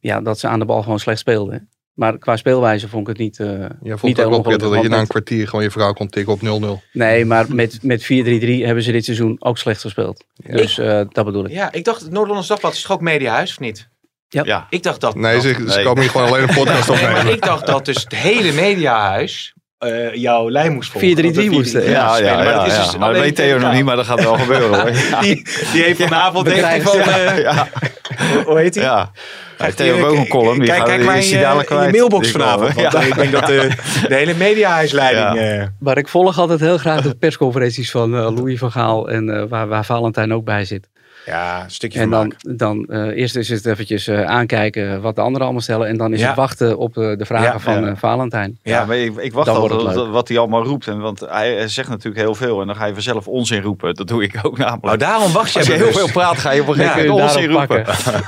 Speaker 6: ja, dat ze aan de bal gewoon slecht speelden. Maar qua speelwijze vond ik het niet. eh,
Speaker 5: ja, vond
Speaker 6: niet
Speaker 5: het ook
Speaker 6: heel
Speaker 5: wel prettig dat je
Speaker 6: ongelukkig,
Speaker 5: na een
Speaker 6: want
Speaker 5: kwartier gewoon je vrouw kon tikken op 0-0.
Speaker 6: met- Nee, maar met, met 4-3-3 hebben ze dit seizoen ook slecht gespeeld. Dus eh, dat bedoel ik.
Speaker 3: Ja, ik dacht, het Noord-Hollands Dagblad is toch ook mediahuis, of niet?
Speaker 6: Ja.
Speaker 4: Ja.
Speaker 3: Ik dacht dat.
Speaker 5: Nee,
Speaker 3: dat-
Speaker 5: ze, ze
Speaker 4: nee.
Speaker 5: komen hier gewoon alleen een podcast
Speaker 3: Nee, maar
Speaker 5: opnemen.
Speaker 3: ik dacht dat dus het hele mediahuis eh, jouw lijn moest volgen.
Speaker 6: 4-3-3
Speaker 3: Dat we
Speaker 6: moest, eh,
Speaker 4: Ja, ja,
Speaker 3: 4-3-3 spelen.
Speaker 4: ja,
Speaker 3: Maar dat is
Speaker 4: ja.
Speaker 3: dus
Speaker 4: Maar dat
Speaker 3: alleen
Speaker 4: weet Theo nog
Speaker 3: Telegraaf.
Speaker 4: niet, maar dat gaat wel gebeuren hoor. Ja,
Speaker 3: Die, die heeft vanavond heeft hij
Speaker 6: Bedrijf,
Speaker 3: gewoon, eh, hoe heet hij?
Speaker 4: ja. Hij
Speaker 3: Krijgt
Speaker 4: Theo heeft
Speaker 3: hij,
Speaker 4: ook
Speaker 3: eh,
Speaker 4: een column. Die
Speaker 3: Kijk,
Speaker 4: gaat-
Speaker 3: kijk
Speaker 4: die
Speaker 3: maar in
Speaker 4: is hij
Speaker 3: je,
Speaker 4: dadelijk
Speaker 3: in je
Speaker 4: kwijt.
Speaker 3: mailbox
Speaker 4: Die
Speaker 3: vanavond.
Speaker 4: column.
Speaker 3: Want eh, ik denk dat de, de hele mediahuisleiding... eh
Speaker 6: Maar ik volg altijd heel graag de persconferenties van eh, Louis van Gaal en eh, waar, waar Valentijn ook bij zit.
Speaker 3: ja, een stukje
Speaker 6: En
Speaker 3: van
Speaker 6: dan, dan eh, eerst is het eventjes eh, aankijken wat de anderen allemaal stellen en dan is
Speaker 3: Ja.
Speaker 6: het wachten op eh, de vragen
Speaker 3: Ja,
Speaker 6: van
Speaker 4: ja.
Speaker 6: eh, Valentijn.
Speaker 4: Ja, maar ik, ik wacht
Speaker 6: Dan
Speaker 4: al
Speaker 6: wordt het
Speaker 4: dat-
Speaker 6: leuk.
Speaker 4: dat- wat hij allemaal roept. En, want hij eh, zegt natuurlijk heel veel. En dan ga je vanzelf onzin roepen. Dat doe ik ook namelijk.
Speaker 7: Nou,
Speaker 3: Oh, daarom wacht
Speaker 4: Als je
Speaker 3: jij
Speaker 4: heel
Speaker 7: dus-
Speaker 3: bewust.
Speaker 4: veel praat, ga je op een
Speaker 3: Ja,
Speaker 4: gegeven
Speaker 6: kun je
Speaker 4: moment onzin
Speaker 6: daarop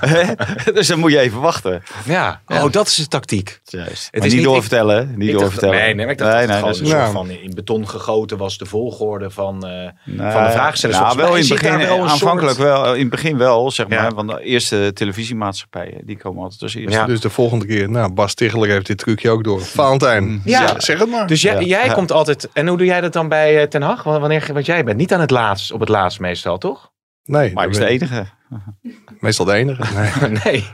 Speaker 4: roepen. dus dan moet je even wachten.
Speaker 3: Ja. Oh, dat is de tactiek. juist.
Speaker 4: Het is niet doorvertellen, hè? Niet doorvertellen.
Speaker 3: Nee, nee, maar ik dacht dat
Speaker 4: Nee,
Speaker 3: het
Speaker 4: nee,
Speaker 3: gewoon
Speaker 4: dat
Speaker 3: een
Speaker 4: is-
Speaker 3: soort van in beton gegoten was, de volgorde van, eh,
Speaker 4: Nee,
Speaker 3: van de vraagstellers. Volgens
Speaker 4: Nou, wel
Speaker 3: mij
Speaker 4: in het
Speaker 3: zit daar
Speaker 4: begin,
Speaker 3: wel een
Speaker 4: aanvankelijk
Speaker 3: soort-
Speaker 4: wel, in het begin wel, zeg
Speaker 3: Ja.
Speaker 4: maar. Want de eerste televisiemaatschappijen, die komen altijd als eerste.
Speaker 3: Ja.
Speaker 5: Dus de volgende keer, nou, Bas Ticheler heeft dit trucje ook door. Valentijn,
Speaker 3: Ja.
Speaker 5: ja. zeg het maar.
Speaker 3: Dus jij,
Speaker 4: Ja.
Speaker 3: jij
Speaker 4: Ja.
Speaker 3: komt altijd... En hoe doe jij dat dan bij eh, Ten Hag? Want, wanneer, want jij bent niet aan het laatst, op het laatst meestal, toch?
Speaker 5: nee,
Speaker 4: Maar
Speaker 5: daar
Speaker 4: ik was de
Speaker 5: ben ik
Speaker 4: enige.
Speaker 5: meestal de enige. Nee.
Speaker 3: nee.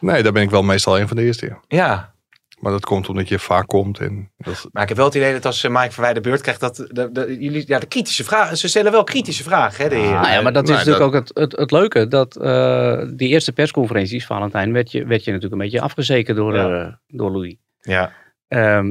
Speaker 5: nee, daar ben ik wel meestal een van de eerste. ja.
Speaker 3: Ja.
Speaker 5: Maar dat komt omdat je vaak komt. En dat,
Speaker 3: Maar ik heb wel het idee dat als eh, Mike Verwij de beurt krijgt, dat, dat, dat jullie... Ja, de kritische vragen... Ze stellen wel kritische vragen, hè, de
Speaker 4: Ah,
Speaker 3: heren.
Speaker 6: Nou ja, maar dat is
Speaker 5: Nou,
Speaker 6: natuurlijk ook het, het, het leuke. Dat eh, die eerste persconferenties, Valentijn, werd je, werd je natuurlijk een beetje afgezeken door,
Speaker 3: Ja.
Speaker 6: eh, door Louis.
Speaker 3: Ja.
Speaker 6: Ehm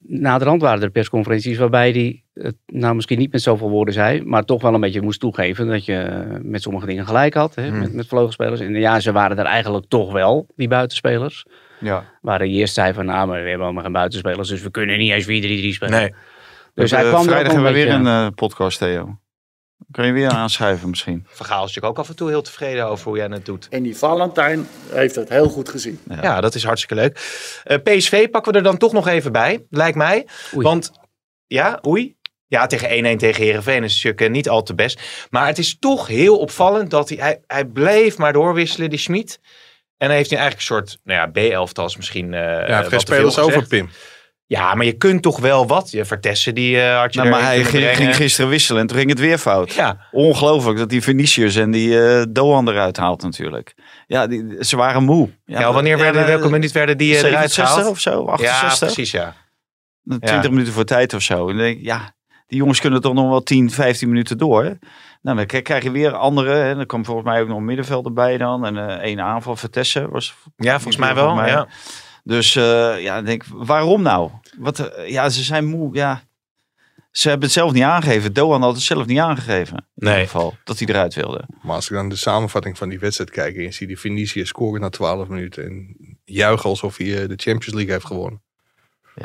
Speaker 6: naderhand waren er persconferenties waarbij hij het nou misschien niet met zoveel woorden zei, maar toch wel een beetje moest toegeven dat je eh, met sommige dingen gelijk had, hè,
Speaker 3: Hmm.
Speaker 6: met, met vleugelspelers. En ja, ze waren er eigenlijk toch wel, die buitenspelers.
Speaker 4: Ja.
Speaker 6: Waar hij eerst zei van, nou, maar we hebben allemaal geen buitenspelers, dus we kunnen niet eens 4-3-3 spelen.
Speaker 3: Nee.
Speaker 6: Dus hij kwam er ook
Speaker 4: Eh, Vrijdag
Speaker 6: een
Speaker 4: hebben we
Speaker 6: beetje...
Speaker 4: weer een eh, podcast, Theo. Kan je weer aanschuiven misschien?
Speaker 3: Vergaal is natuurlijk ook af en toe heel tevreden over hoe jij het doet.
Speaker 11: En die Valentijn heeft dat heel goed gezien.
Speaker 3: Ja, dat is hartstikke leuk. Eh, PSV pakken we er dan toch nog even bij, lijkt mij.
Speaker 6: Oei.
Speaker 3: Want, ja, oei. Ja, tegen 1-1 tegen Herenveen is natuurlijk eh, niet al te best. Maar het is toch heel opvallend dat hij, hij, hij bleef maar doorwisselen, die Schmid. En hij heeft nu eigenlijk een soort, nou ja, B-elftals misschien. eh,
Speaker 5: ja, hij
Speaker 3: wat te
Speaker 5: heeft geen
Speaker 3: veel
Speaker 5: spelers over,
Speaker 3: gezegd.
Speaker 5: Pim.
Speaker 3: Ja, maar je kunt toch wel wat. Je Vertessen, die eh had je
Speaker 4: Nou, maar
Speaker 3: erin
Speaker 4: hij
Speaker 3: kunnen
Speaker 4: ging,
Speaker 3: brengen.
Speaker 4: ging gisteren wisselen en toen ging het weer fout.
Speaker 3: Ja,
Speaker 4: Ongelooflijk dat die Venetiërs en die eh, Doan eruit haalt natuurlijk. Ja, die, ze waren moe.
Speaker 3: ja, wanneer werden, welke minuut werden die eh, eruit
Speaker 4: 67
Speaker 3: gehaald?
Speaker 4: of zo?
Speaker 3: Ja,
Speaker 4: 68?
Speaker 3: precies, ja.
Speaker 4: 20 minuten voor tijd of zo. En dan denk ik, ja, die jongens kunnen toch nog wel 10, 15 minuten door. hè? Nou, dan k- krijg je weer andere. Hè. Dan kwam volgens mij ook nog een middenveld erbij dan. En eh één aanval, Vertessen was
Speaker 3: Ja, volgens mij wel.
Speaker 4: Volgens mij.
Speaker 3: Ja.
Speaker 4: Dus eh, ja, ik denk waarom nou? Wat, eh, ja, ze zijn moe. Ja. Ze hebben het zelf niet aangegeven. Doan had het zelf niet aangegeven. In
Speaker 3: Nee.
Speaker 4: ieder geval dat hij eruit wilde.
Speaker 5: Maar als ik dan de samenvatting van die wedstrijd kijk en je ziet die Venetië scoren na 12 minuten en juichen alsof hij eh, de Champions League heeft gewonnen.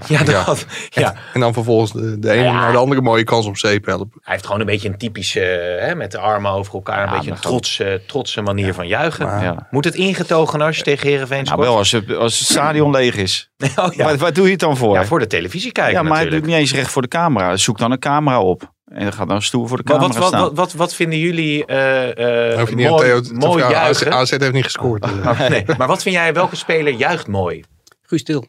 Speaker 3: Ja,
Speaker 5: Ja.
Speaker 3: dat, ja,
Speaker 5: En dan vervolgens de, de ene
Speaker 3: Ja.
Speaker 5: naar de andere mooie kans op zeep helpen.
Speaker 3: Hij heeft gewoon een beetje een typische, hè, met de armen over elkaar, een
Speaker 4: Ja,
Speaker 3: beetje een
Speaker 4: maar gewoon-
Speaker 3: trotse, trotse manier van juichen.
Speaker 7: Ah.
Speaker 5: Maar-
Speaker 4: Ja.
Speaker 3: Moet het ingetogen als je tegen Heerenveen
Speaker 4: Nou,
Speaker 3: scoort?
Speaker 4: wel als het, als het stadion leeg is.
Speaker 3: Oh, ja.
Speaker 4: Waar, waar doe je het dan voor?
Speaker 3: ja, voor de televisie kijken
Speaker 4: Ja, maar hij doet
Speaker 3: natuurlijk.
Speaker 4: niet eens recht voor de camera. Zoek dan een camera op. En dan gaat dan stoer voor de
Speaker 3: Maar
Speaker 4: camera
Speaker 3: wat, wat,
Speaker 4: staan.
Speaker 3: wat, wat, wat vinden jullie eh, eh,
Speaker 5: Dan hoef je niet aan
Speaker 3: mooi,
Speaker 5: Theo te
Speaker 3: mooi
Speaker 5: vragen. AZ,
Speaker 3: juichen?
Speaker 5: AZ heeft niet gescoord.
Speaker 3: Nee, maar wat vind jij, welke speler juicht mooi?
Speaker 6: Guus Til.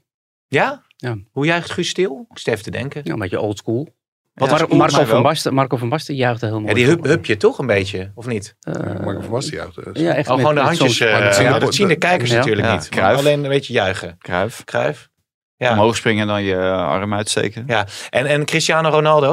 Speaker 3: Ja?
Speaker 6: Ja.
Speaker 3: Hoe juicht Guus Stil? Ik sta even te denken.
Speaker 6: Ja, een beetje old school.
Speaker 4: Wat
Speaker 6: Mar-
Speaker 4: is cool,
Speaker 6: Marco,
Speaker 4: maar
Speaker 6: van
Speaker 4: wel.
Speaker 6: Basten, Marco van Basten juichte heel mooi.
Speaker 3: Ja, die hup,
Speaker 6: hub
Speaker 3: hupje toch een beetje, of niet?
Speaker 5: Marco van Basten juicht. dus.
Speaker 6: Eh, Ja, echt
Speaker 3: Oh,
Speaker 6: met-
Speaker 3: gewoon de
Speaker 6: met
Speaker 3: handjes.
Speaker 6: zo'n-
Speaker 3: eh,
Speaker 5: Maar
Speaker 3: ja,
Speaker 5: dat
Speaker 3: dat,
Speaker 5: zien
Speaker 3: zien
Speaker 5: de-
Speaker 3: de kijkers
Speaker 6: Ja.
Speaker 3: natuurlijk
Speaker 4: Ja,
Speaker 3: niet. Maar
Speaker 4: Cruijff.
Speaker 3: alleen een beetje juichen.
Speaker 4: Kruif.
Speaker 3: Kruif. Ja.
Speaker 4: Omhoog springen en dan je eh, arm uitsteken.
Speaker 3: Ja, en, en Cristiano Ronaldo?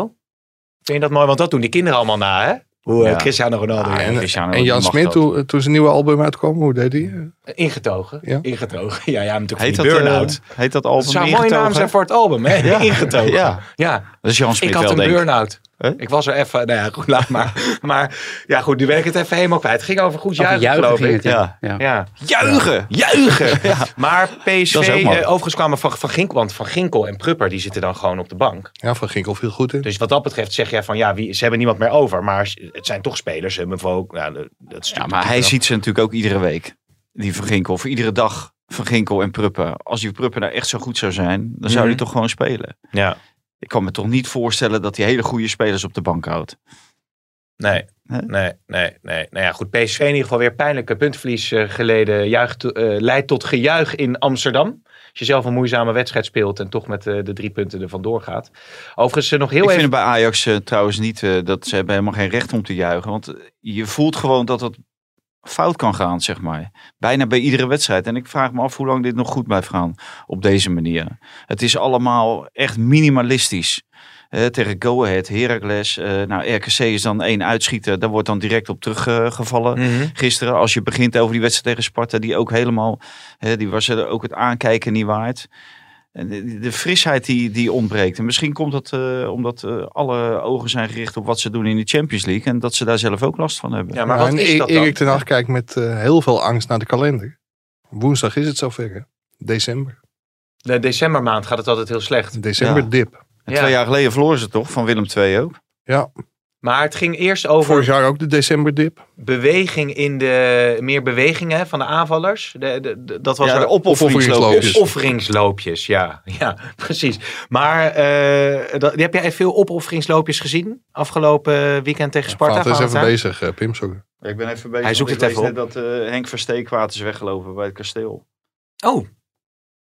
Speaker 3: Vind je dat mooi? Want dat doen die kinderen allemaal na, hè? Hoe eh,
Speaker 4: Ja.
Speaker 3: Cristiano Ronaldo
Speaker 4: Ah,
Speaker 3: juicht.
Speaker 5: en,
Speaker 4: Cristiano
Speaker 5: en Jan
Speaker 4: mag
Speaker 5: Smit,
Speaker 4: dat.
Speaker 5: toen, toen zijn nieuwe album uitkwam, hoe deed hij?
Speaker 3: Ingetogen.
Speaker 5: Ja.
Speaker 3: Ingetogen. Ja, ja, natuurlijk
Speaker 4: Heet
Speaker 3: van
Speaker 4: dat,
Speaker 3: die
Speaker 4: eh,
Speaker 3: burn-out.
Speaker 4: heet dat
Speaker 3: dat
Speaker 4: album
Speaker 3: zou een mooie naam
Speaker 4: Ingetogen?
Speaker 3: zijn voor het album, hè? Ingetogen.
Speaker 4: Ja,
Speaker 3: Ja,
Speaker 4: dat is Jan Smit
Speaker 3: ik had
Speaker 4: wel,
Speaker 3: een
Speaker 4: denk ik.
Speaker 3: burn-out.
Speaker 4: Huh?
Speaker 3: Ik was er even, nou ja, goed, laat maar. Maar ja, goed, nu ben ik het even helemaal kwijt. Het ging over goed
Speaker 6: Over
Speaker 3: juichen,
Speaker 6: juichen
Speaker 3: geloof
Speaker 6: ging
Speaker 3: ik.
Speaker 6: het, ja. ja.
Speaker 3: Ja.
Speaker 4: Juichen!
Speaker 3: Juichen! Maar PSV,
Speaker 4: Dat is ook mooi.
Speaker 3: eh, overigens kwamen van, van Ginkel, want Van Ginkel en Prupper, die zitten dan gewoon op de bank.
Speaker 5: Ja, Van Ginkel viel goed in.
Speaker 3: Dus wat dat betreft zeg jij van ja, wie, ze hebben niemand meer over. Maar als- het zijn toch spelers. Hebben we ook, nou, dat- dat is
Speaker 4: Ja, maar hij ziet ze natuurlijk ook iedere week. Die Van Ginkel. Of iedere dag Van Ginkel en Pruppen. Als die Pruppen nou echt zo goed zou zijn, dan zou hij
Speaker 3: Mhm.
Speaker 4: toch gewoon spelen.
Speaker 3: Ja,
Speaker 4: Ik kan me toch niet voorstellen dat hij hele goede spelers op de bank houdt.
Speaker 3: nee.
Speaker 4: Hè?
Speaker 3: Nee, nee, nee. Nou ja, goed. PSV in ieder geval weer pijnlijke puntverlies eh, geleden. Juicht, eh, leidt tot gejuich in Amsterdam. Als je zelf een moeizame wedstrijd speelt en toch met eh, de drie punten er vandoor gaat. Overigens eh, nog heel
Speaker 4: ik
Speaker 3: even...
Speaker 4: vind het bij Ajax eh, trouwens niet eh, dat ze hebben helemaal geen recht om te juichen. Want eh, je voelt gewoon dat het fout kan gaan, zeg maar. Bijna bij iedere wedstrijd. En ik vraag me af hoe lang dit nog goed blijft gaan op deze manier. Het is allemaal echt minimalistisch. Eh, tegen Go Ahead, Heracles. eh, nou, RKC is dan één uitschieter. Daar wordt dan direct op teruggevallen.
Speaker 3: Mhm.
Speaker 4: gisteren. Als je begint over die wedstrijd tegen Sparta, die ook helemaal, hè, die was er ook het aankijken niet waard. En de, de frisheid die, die ontbreekt. En misschien komt dat eh, omdat eh, alle ogen zijn gericht op wat ze doen in de Champions League. En dat ze daar zelf ook last van hebben.
Speaker 3: Ja, maar wat
Speaker 5: en
Speaker 3: is
Speaker 5: E-
Speaker 3: dat dan?
Speaker 5: Erik ten Hag kijkt met eh, heel veel angst naar de kalender. Woensdag is het zover, hè? December.
Speaker 3: De decembermaand gaat het altijd heel slecht.
Speaker 5: December
Speaker 4: Ja.
Speaker 5: dip.
Speaker 4: En
Speaker 3: Ja.
Speaker 4: Twee jaar geleden verloren ze toch van Willem II ook.
Speaker 5: Ja,
Speaker 3: Maar het ging eerst over.
Speaker 5: Vorig jaar ook de decemberdip.
Speaker 3: Beweging in de. Meer bewegingen van de aanvallers. De, de, de- dat was
Speaker 4: Ja,
Speaker 3: er-
Speaker 4: de opofferingsloopjes.
Speaker 3: Opofferingsloopjes, ja. Ja, precies. Maar eh, dat, heb jij veel opofferingsloopjes gezien? Afgelopen eh, weekend tegen Sparta?
Speaker 5: Vaat is even
Speaker 3: Valentijn?
Speaker 5: bezig, eh, Pim. Sorry.
Speaker 4: Ik ben even bezig.
Speaker 3: Hij zoekt
Speaker 4: want
Speaker 3: het
Speaker 4: ik
Speaker 3: even
Speaker 4: lees net dat eh, Henk Versteekwaard is weggelopen bij het kasteel.
Speaker 3: Oh,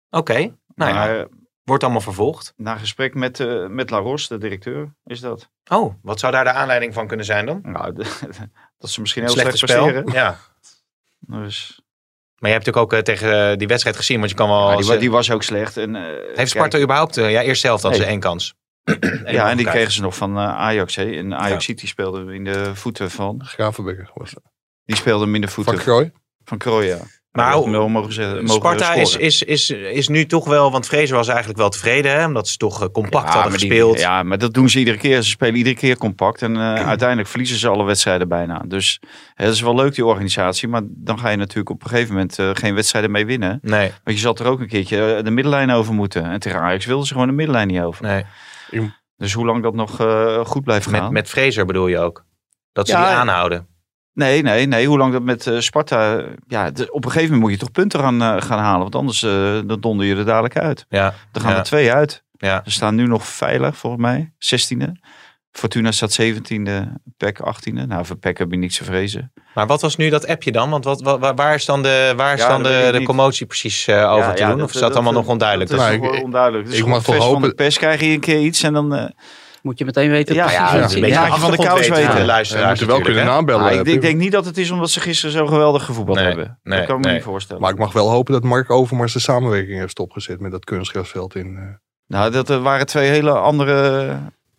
Speaker 3: oké. Nou ja,
Speaker 4: maar
Speaker 3: wordt allemaal vervolgd.
Speaker 4: na gesprek met, eh met La Roche, de directeur, is dat.
Speaker 3: Oh, wat zou daar de aanleiding van kunnen zijn dan?
Speaker 4: Nou, de- dat ze misschien heel
Speaker 3: Slechte
Speaker 4: slecht presteren.
Speaker 3: Ja.
Speaker 4: Dus,
Speaker 3: Maar je hebt natuurlijk ook eh, tegen eh, die wedstrijd gezien, want je kan wel...
Speaker 4: maar die, wa-
Speaker 3: ze-
Speaker 4: die was ook slecht. En, eh,
Speaker 3: heeft
Speaker 4: kijk,
Speaker 3: Sparta überhaupt... eh, ja, eerst zelf hadden ze
Speaker 4: Nee.
Speaker 3: één kans.
Speaker 4: Ja, en die
Speaker 3: omgekeerd.
Speaker 4: kregen ze nog van eh, Ajax. Hè. En Ajax City speelde hem in de voeten van.
Speaker 5: Gravenberg was het.
Speaker 4: Die speelde hem in de
Speaker 5: Van
Speaker 4: voeten van,
Speaker 5: Krooi.
Speaker 4: Krooi. Ja.
Speaker 3: Maar
Speaker 4: Dat
Speaker 3: hoe-
Speaker 4: wel mogen ze, mogen
Speaker 3: Nou,
Speaker 4: dus
Speaker 3: Sparta
Speaker 4: scoren.
Speaker 3: is, is, is, is nu toch wel... Want Fraser was eigenlijk wel tevreden, hè? Omdat ze toch eh,
Speaker 4: Ja,
Speaker 3: compact
Speaker 4: Ah, maar
Speaker 3: hadden
Speaker 4: die-
Speaker 3: gespeeld.
Speaker 4: ja, maar dat doen ze iedere keer. Ze spelen iedere keer compact. En eh, uiteindelijk verliezen ze alle wedstrijden bijna. Dus hè, dat is wel leuk, die organisatie. Maar dan ga je natuurlijk op een gegeven moment eh, geen wedstrijden mee winnen.
Speaker 3: Nee,
Speaker 4: Want je zat er ook een keertje eh, de middenlijn over moeten. En tegen Ajax wilden ze gewoon de middenlijn niet over.
Speaker 3: nee.
Speaker 4: Dus hoe lang dat nog eh, goed blijft gaan.
Speaker 3: Met, met Fraser bedoel je ook? Dat ze
Speaker 4: Ja,
Speaker 3: die
Speaker 4: ja.
Speaker 3: aanhouden.
Speaker 4: Nee, nee, nee. Hoe lang dat met eh, Sparta... Ja, de- op een gegeven moment moet je toch punten gaan, eh, gaan halen. Want anders eh, dan donder je er dadelijk uit.
Speaker 3: Ja,
Speaker 4: Er gaan
Speaker 3: Ja.
Speaker 4: er twee uit.
Speaker 3: Ja.
Speaker 4: Ze staan nu nog veilig, volgens mij. 16e. Fortuna staat 17e, PEC 18e. Nou, voor PEC heb je niks te vrezen.
Speaker 3: Maar wat was nu dat appje dan? Want wat, wa- wa- waar is dan de, waar is
Speaker 4: Ja,
Speaker 3: dan
Speaker 4: dat weet
Speaker 3: de,
Speaker 4: ik
Speaker 3: de
Speaker 4: niet.
Speaker 3: commotie precies eh, over
Speaker 4: Ja,
Speaker 3: te
Speaker 4: ja,
Speaker 3: doen? of is dat, allemaal nog onduidelijk?
Speaker 4: Dat is
Speaker 5: Maar
Speaker 4: nog
Speaker 5: ik-
Speaker 4: wel onduidelijk. Dus
Speaker 5: ik
Speaker 4: gewoon
Speaker 5: mag toch
Speaker 4: vers van
Speaker 5: hopen-
Speaker 4: de pers krijg je een keer iets en dan... eh,
Speaker 6: Moet je meteen weten.
Speaker 4: Ja,
Speaker 6: precies
Speaker 4: ja,
Speaker 6: hoe
Speaker 5: dat
Speaker 6: het
Speaker 5: is
Speaker 6: zit.
Speaker 5: een
Speaker 4: beetje
Speaker 6: Ja,
Speaker 4: af- van de kous weten.
Speaker 3: de
Speaker 4: Ja.
Speaker 5: We
Speaker 3: luisteraars
Speaker 5: moeten wel kunnen
Speaker 3: natuurlijk,
Speaker 5: nabellen.
Speaker 4: ah,
Speaker 5: eh,
Speaker 4: ik,
Speaker 5: Pim.
Speaker 4: denk- denk niet dat het is omdat ze gisteren zo geweldig gevoetbald
Speaker 3: Nee,
Speaker 4: hebben.
Speaker 3: nee,
Speaker 4: dat kan ik me
Speaker 3: nee.
Speaker 4: niet voorstellen.
Speaker 5: Maar ik mag wel hopen dat Mark Overmars de samenwerking heeft stopgezet met dat kunstgrasveld in. eh,
Speaker 4: Nou, dat eh, waren twee hele andere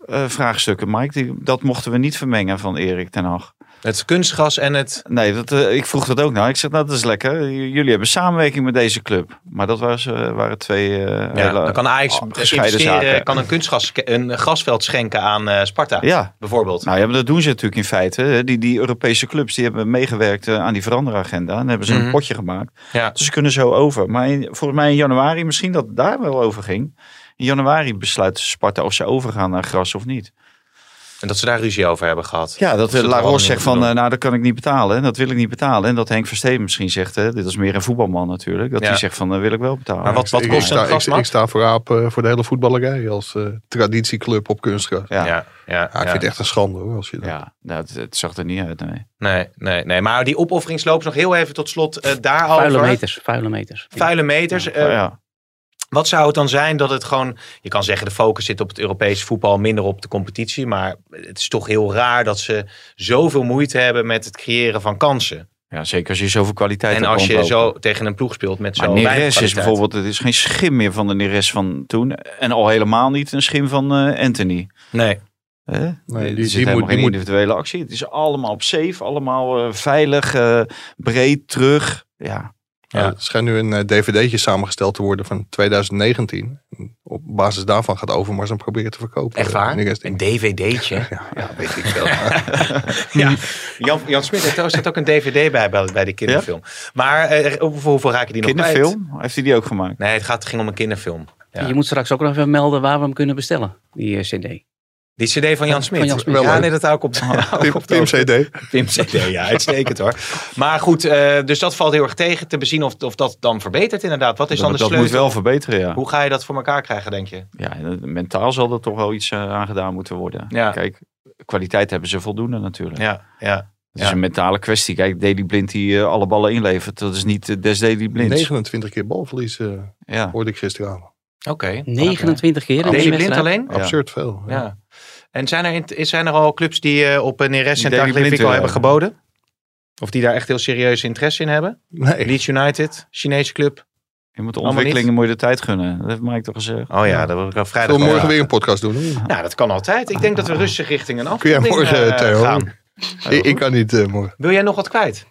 Speaker 4: eh, vraagstukken, Mike. Die, dat mochten we niet vermengen van Erik ten Hag.
Speaker 3: hè? Het kunstgras en het...
Speaker 4: Nee, dat, eh, ik vroeg dat ook nou. Ik zeg, nou, dat is lekker. J- Jullie hebben samenwerking met deze club. Maar dat was, eh, waren twee eh,
Speaker 3: Ja,
Speaker 4: hele
Speaker 3: dan kan Ajax
Speaker 4: Ah, gescheiden
Speaker 3: investeren,
Speaker 4: zaken.
Speaker 3: kan een kunstgas, een grasveld schenken aan eh, Sparta,
Speaker 4: Ja.
Speaker 3: bijvoorbeeld.
Speaker 4: Nou ja, maar dat doen ze natuurlijk in feite. hè. Die, die Europese clubs die hebben meegewerkt eh, aan die veranderagenda. En hebben ze
Speaker 3: Mhm.
Speaker 4: een potje gemaakt.
Speaker 3: Ja.
Speaker 4: Dus ze kunnen zo over. Maar in- volgens mij in januari, misschien dat het daar wel over ging. In januari besluit Sparta of ze overgaan naar gras of niet.
Speaker 3: En dat ze daar ruzie over hebben gehad.
Speaker 4: Ja, dat
Speaker 3: ze
Speaker 4: eh,
Speaker 3: het
Speaker 4: La
Speaker 3: allemaal
Speaker 4: Roche
Speaker 3: niet
Speaker 4: zegt van,
Speaker 3: bedoelen.
Speaker 4: eh, nou dat kan ik niet betalen. En dat wil ik niet betalen. En dat Henk Versteven misschien zegt, hè, dit is meer een voetbalman natuurlijk. Dat
Speaker 3: Ja.
Speaker 4: hij zegt van, dat wil ik wel betalen.
Speaker 3: Maar wat, wat
Speaker 5: ik, ik
Speaker 3: kost een
Speaker 5: sta, ik, ik
Speaker 3: grasmat?
Speaker 5: sta voor aap eh, voor de hele voetballerij als eh, traditieclub op kunstgras.
Speaker 4: Ja, ja.
Speaker 3: Ja, ja,
Speaker 4: Ah,
Speaker 5: Ja, ik
Speaker 3: ja.
Speaker 5: vind het echt een schande hoor. Als je dat...
Speaker 4: nou, het, het zag er niet uit, nee.
Speaker 3: Nee, nee, nee. Maar die opofferingsloop is nog heel even tot slot eh daarover.
Speaker 6: Vuile meters, vuile meters.
Speaker 3: Vuile meters. eh,
Speaker 4: Maar Oh ja.
Speaker 3: Wat zou het dan zijn dat het gewoon... Je kan zeggen de focus zit op het Europese voetbal, minder op de competitie. Maar het is toch heel raar dat ze zoveel moeite hebben met het creëren van kansen.
Speaker 4: ja, zeker als je zoveel kwaliteit
Speaker 3: En
Speaker 4: hebt
Speaker 3: als je
Speaker 4: rondlopen.
Speaker 3: zo tegen een ploeg speelt met
Speaker 4: Maar
Speaker 3: zo'n weinig
Speaker 4: Neres is
Speaker 3: kwaliteit.
Speaker 4: bijvoorbeeld, het is geen schim meer van de Neres van toen. En al helemaal niet een schim van eh, Anthony.
Speaker 3: Nee,
Speaker 4: Hè?
Speaker 5: die-
Speaker 4: er
Speaker 5: die
Speaker 4: zit helemaal
Speaker 5: moet- die
Speaker 4: geen
Speaker 5: moet-
Speaker 4: individuele actie. Het is allemaal op safe, allemaal eh, veilig, eh, breed, terug. Ja,
Speaker 3: Ja.
Speaker 5: Ja, er schijnt nu een eh, dvd'tje samengesteld te worden van 2019. Op basis daarvan gaat Overmars hem proberen te verkopen. eh,
Speaker 3: echt waar?
Speaker 5: En ik-
Speaker 3: Een dvd'tje.
Speaker 5: Ja, ja, weet ik wel.
Speaker 3: Ja, Jan, Jan Smit heeft trouwens ook een dvd bij, bij, bij de kinderfilm. Maar eh, hoe- hoeveel raak je die nog kwijt?
Speaker 4: kinderfilm, heeft hij die ook gemaakt?
Speaker 3: Nee, het gaat, ging om een kinderfilm. Ja.
Speaker 6: Je moet straks ook nog even melden waar we hem kunnen bestellen, die eh, cd.
Speaker 3: Die cd van Jan Smit.
Speaker 6: Jan Smit.
Speaker 3: Ja,
Speaker 5: Wel
Speaker 3: nee, dat hou ik op de, hou ik
Speaker 5: Tim,
Speaker 3: op de
Speaker 5: Tim
Speaker 3: hoogte.
Speaker 5: CD.
Speaker 3: Pim CD, ja, uitstekend hoor. Maar goed, eh, dus dat valt heel erg tegen te bezien of, of dat dan verbetert inderdaad. Wat is dan de
Speaker 4: dat dat
Speaker 3: sleutel?
Speaker 4: moet wel verbeteren, ja.
Speaker 3: Hoe ga je dat voor elkaar krijgen, denk je?
Speaker 4: ja. en Mentaal zal er toch wel iets eh, aan gedaan moeten worden.
Speaker 3: Ja.
Speaker 4: Kijk, kwaliteit hebben ze voldoende natuurlijk.
Speaker 3: Ja, ja.
Speaker 4: Het is een mentale kwestie. Kijk, Daily Blind die eh, alle ballen inlevert, dat is niet eh, des Daily Blind.
Speaker 5: 29 keer balverlies eh,
Speaker 4: Ja.
Speaker 5: hoorde ik gisteravond.
Speaker 3: Oké.
Speaker 6: 29 keer in
Speaker 3: Daily
Speaker 6: één
Speaker 3: Blind
Speaker 6: wedstrijd.
Speaker 3: alleen?
Speaker 4: Ja.
Speaker 5: Absurd veel.
Speaker 3: Ja. En zijn er, in- zijn er al clubs die eh, op een Neres en
Speaker 4: Die Daily Blind
Speaker 3: Tagliafico
Speaker 4: willen
Speaker 3: hebben
Speaker 4: hebben.
Speaker 3: geboden? Of die daar echt heel serieus interesse in hebben?
Speaker 5: Nee.
Speaker 3: Leeds United, Chinese club.
Speaker 4: Je moet de
Speaker 3: Allemaal
Speaker 4: ontwikkelingen moet je de tijd gunnen. Dat heeft Mike toch eh, gezegd.
Speaker 3: Oh ja, dat wil ik wel vrijdag.
Speaker 5: Zullen we
Speaker 3: wel
Speaker 5: morgen
Speaker 3: vragen.
Speaker 5: weer een podcast doen? hoor?
Speaker 3: Nou, dat kan altijd. Ik denk dat we rustig richting een
Speaker 5: Kun jij
Speaker 3: afronding
Speaker 5: morgen,
Speaker 3: eh,
Speaker 5: Theo?
Speaker 3: gaan.
Speaker 5: Ik, ik kan niet eh, morgen.
Speaker 3: Wil jij nog wat kwijt?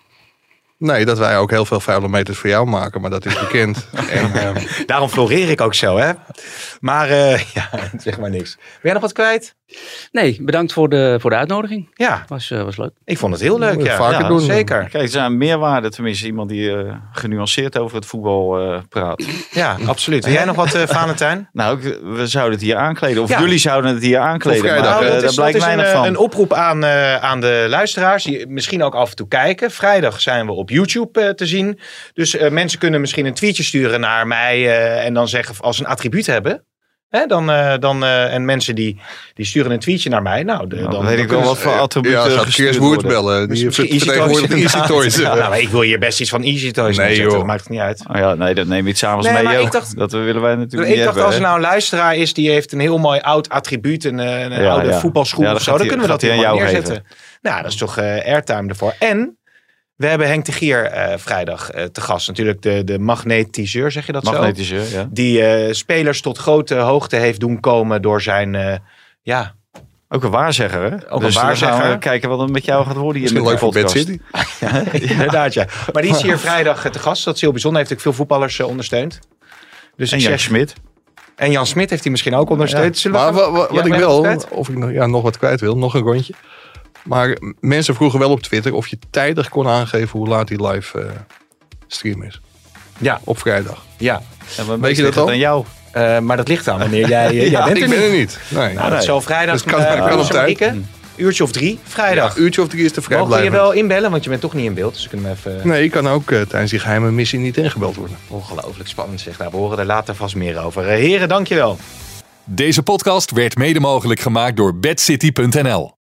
Speaker 5: Nee, dat wij ook heel veel vuile meters voor jou maken, maar dat is bekend. en, eh,
Speaker 3: Ehm, Daarom floreer ik ook zo, hè? Maar eh, ja, zeg maar niks. Ben jij nog wat kwijt?
Speaker 6: Nee, bedankt voor de, voor de uitnodiging.
Speaker 3: Ja.
Speaker 6: Was, uh, was leuk.
Speaker 3: Ik vond het heel leuk. Ja,
Speaker 5: vaker
Speaker 3: ja,
Speaker 5: doen.
Speaker 3: Zeker.
Speaker 4: Kijk, het is een meerwaarde tenminste. Iemand die eh, genuanceerd over het voetbal eh, praat.
Speaker 3: Ja, absoluut. Wil jij nog wat, eh Valentijn?
Speaker 4: Nou, ik- we zouden het hier aankleden. Of
Speaker 3: Ja.
Speaker 4: jullie zouden het hier aankleden.
Speaker 5: Of jij
Speaker 4: maar
Speaker 5: dat-
Speaker 4: eh,
Speaker 3: dat
Speaker 4: daar
Speaker 3: is, dat
Speaker 4: blijkt
Speaker 3: is een,
Speaker 4: weinig
Speaker 3: eh,
Speaker 4: van.
Speaker 3: een oproep aan, eh, aan de luisteraars. Die misschien ook af en toe kijken. Vrijdag zijn we op YouTube eh, te zien. Dus eh, mensen kunnen misschien een tweetje sturen naar mij. eh, en dan zeggen als ze een attribuut hebben. Hè, dan, eh, dan, eh, en mensen die, die sturen een tweetje naar mij. Nou, de-
Speaker 4: Nou,
Speaker 3: dan
Speaker 4: dan weet ik wel
Speaker 3: kunnen
Speaker 4: wat voor attributen
Speaker 5: Ja, gaat
Speaker 4: eh, gestuurd
Speaker 5: Keers
Speaker 4: worden.
Speaker 5: Woert bellen. Die
Speaker 3: Misschien Easy
Speaker 5: vertegenwoordigt
Speaker 3: Toys
Speaker 5: Easy
Speaker 3: inderdaad.
Speaker 5: Toys.
Speaker 3: Ja, nou, maar ik wil hier best iets van Easy Toys
Speaker 5: Nee,
Speaker 3: nee,
Speaker 5: joh.
Speaker 3: Dat maakt niet uit.
Speaker 4: Oh ja, nee, dat neem je het s'avonds
Speaker 3: Nee, maar
Speaker 4: mee
Speaker 3: ik
Speaker 4: ook.
Speaker 3: dacht-
Speaker 4: dat willen wij natuurlijk
Speaker 3: ik
Speaker 4: niet
Speaker 3: dacht,
Speaker 4: hebben.
Speaker 3: als er
Speaker 4: hè.
Speaker 3: nou een luisteraar is die heeft een heel mooi oud attribuut, een, eh, een
Speaker 4: Ja,
Speaker 3: oude
Speaker 4: ja.
Speaker 3: voetbalschoen
Speaker 4: Ja,
Speaker 3: of
Speaker 4: dat
Speaker 3: zo,
Speaker 4: gaat
Speaker 3: dan
Speaker 4: hij-
Speaker 3: kunnen we dat
Speaker 4: gaat hij
Speaker 3: hier
Speaker 4: aan
Speaker 3: maar
Speaker 4: jou
Speaker 3: neerzetten. Nou, dat is toch eh, airtime ervoor. En we hebben Henk de Gier eh, vrijdag eh, te gast. Natuurlijk de, de magnetiseur, zeg je dat zo?
Speaker 4: Magnetische, ja.
Speaker 3: Die eh, spelers tot grote hoogte heeft doen komen door zijn... eh, ja,
Speaker 4: Ook een waarzegger, hè?
Speaker 3: een
Speaker 4: dan
Speaker 3: waarzegger.
Speaker 4: gaan we kijken wat het met jou gaat worden hier in
Speaker 5: Misschien
Speaker 4: de
Speaker 5: leuk voor Bad
Speaker 4: podcast.
Speaker 5: City.
Speaker 3: inderdaad ja. Maar die is hier vrijdag eh, te gast. Dat is heel bijzonder. Heeft ook veel voetballers eh, ondersteund. Dus
Speaker 4: En
Speaker 3: ik
Speaker 4: Jack
Speaker 3: zeg,
Speaker 4: Smit.
Speaker 3: en Jan Smit heeft hij misschien ook ondersteund. Zullen we
Speaker 5: Maar wa- wa- wat,
Speaker 3: Jij
Speaker 5: ik
Speaker 3: bent
Speaker 5: wel,
Speaker 3: kwijt?
Speaker 5: of ik nog- ja, nog wat kwijt wil, nog een rondje. Maar m- mensen vroegen wel op Twitter of je tijdig kon aangeven hoe laat die live eh, stream is.
Speaker 3: Ja.
Speaker 5: Op vrijdag.
Speaker 3: Ja,
Speaker 4: En we
Speaker 5: Weet je
Speaker 4: meesten
Speaker 5: dat
Speaker 4: het
Speaker 5: al?
Speaker 4: aan jou.
Speaker 3: eh, maar dat ligt aan wanneer jij, eh, jij bent
Speaker 5: ik
Speaker 3: er
Speaker 5: ben
Speaker 3: niet.
Speaker 5: er niet. Nee.
Speaker 3: Nou, dat
Speaker 4: nee.
Speaker 3: zal vrijdag.
Speaker 5: Dus kan-
Speaker 3: eh,
Speaker 5: kan op
Speaker 3: Roos en
Speaker 5: tijd.
Speaker 3: Marieke, Uurtje of drie, vrijdag.
Speaker 5: Een uurtje of drie is te vrij
Speaker 3: Mogen we je
Speaker 5: blijven.
Speaker 3: wel inbellen, want je bent toch niet in beeld. Dus ik kunnen hem even...
Speaker 5: Nee, ik kan ook eh, tijdens die geheime missie niet ingebeld worden.
Speaker 3: Ongelooflijk spannend zeg. Nou, we horen er later vast meer over. Eh, heren, dankjewel.
Speaker 1: Deze podcast werd mede mogelijk gemaakt door bedcity.nl.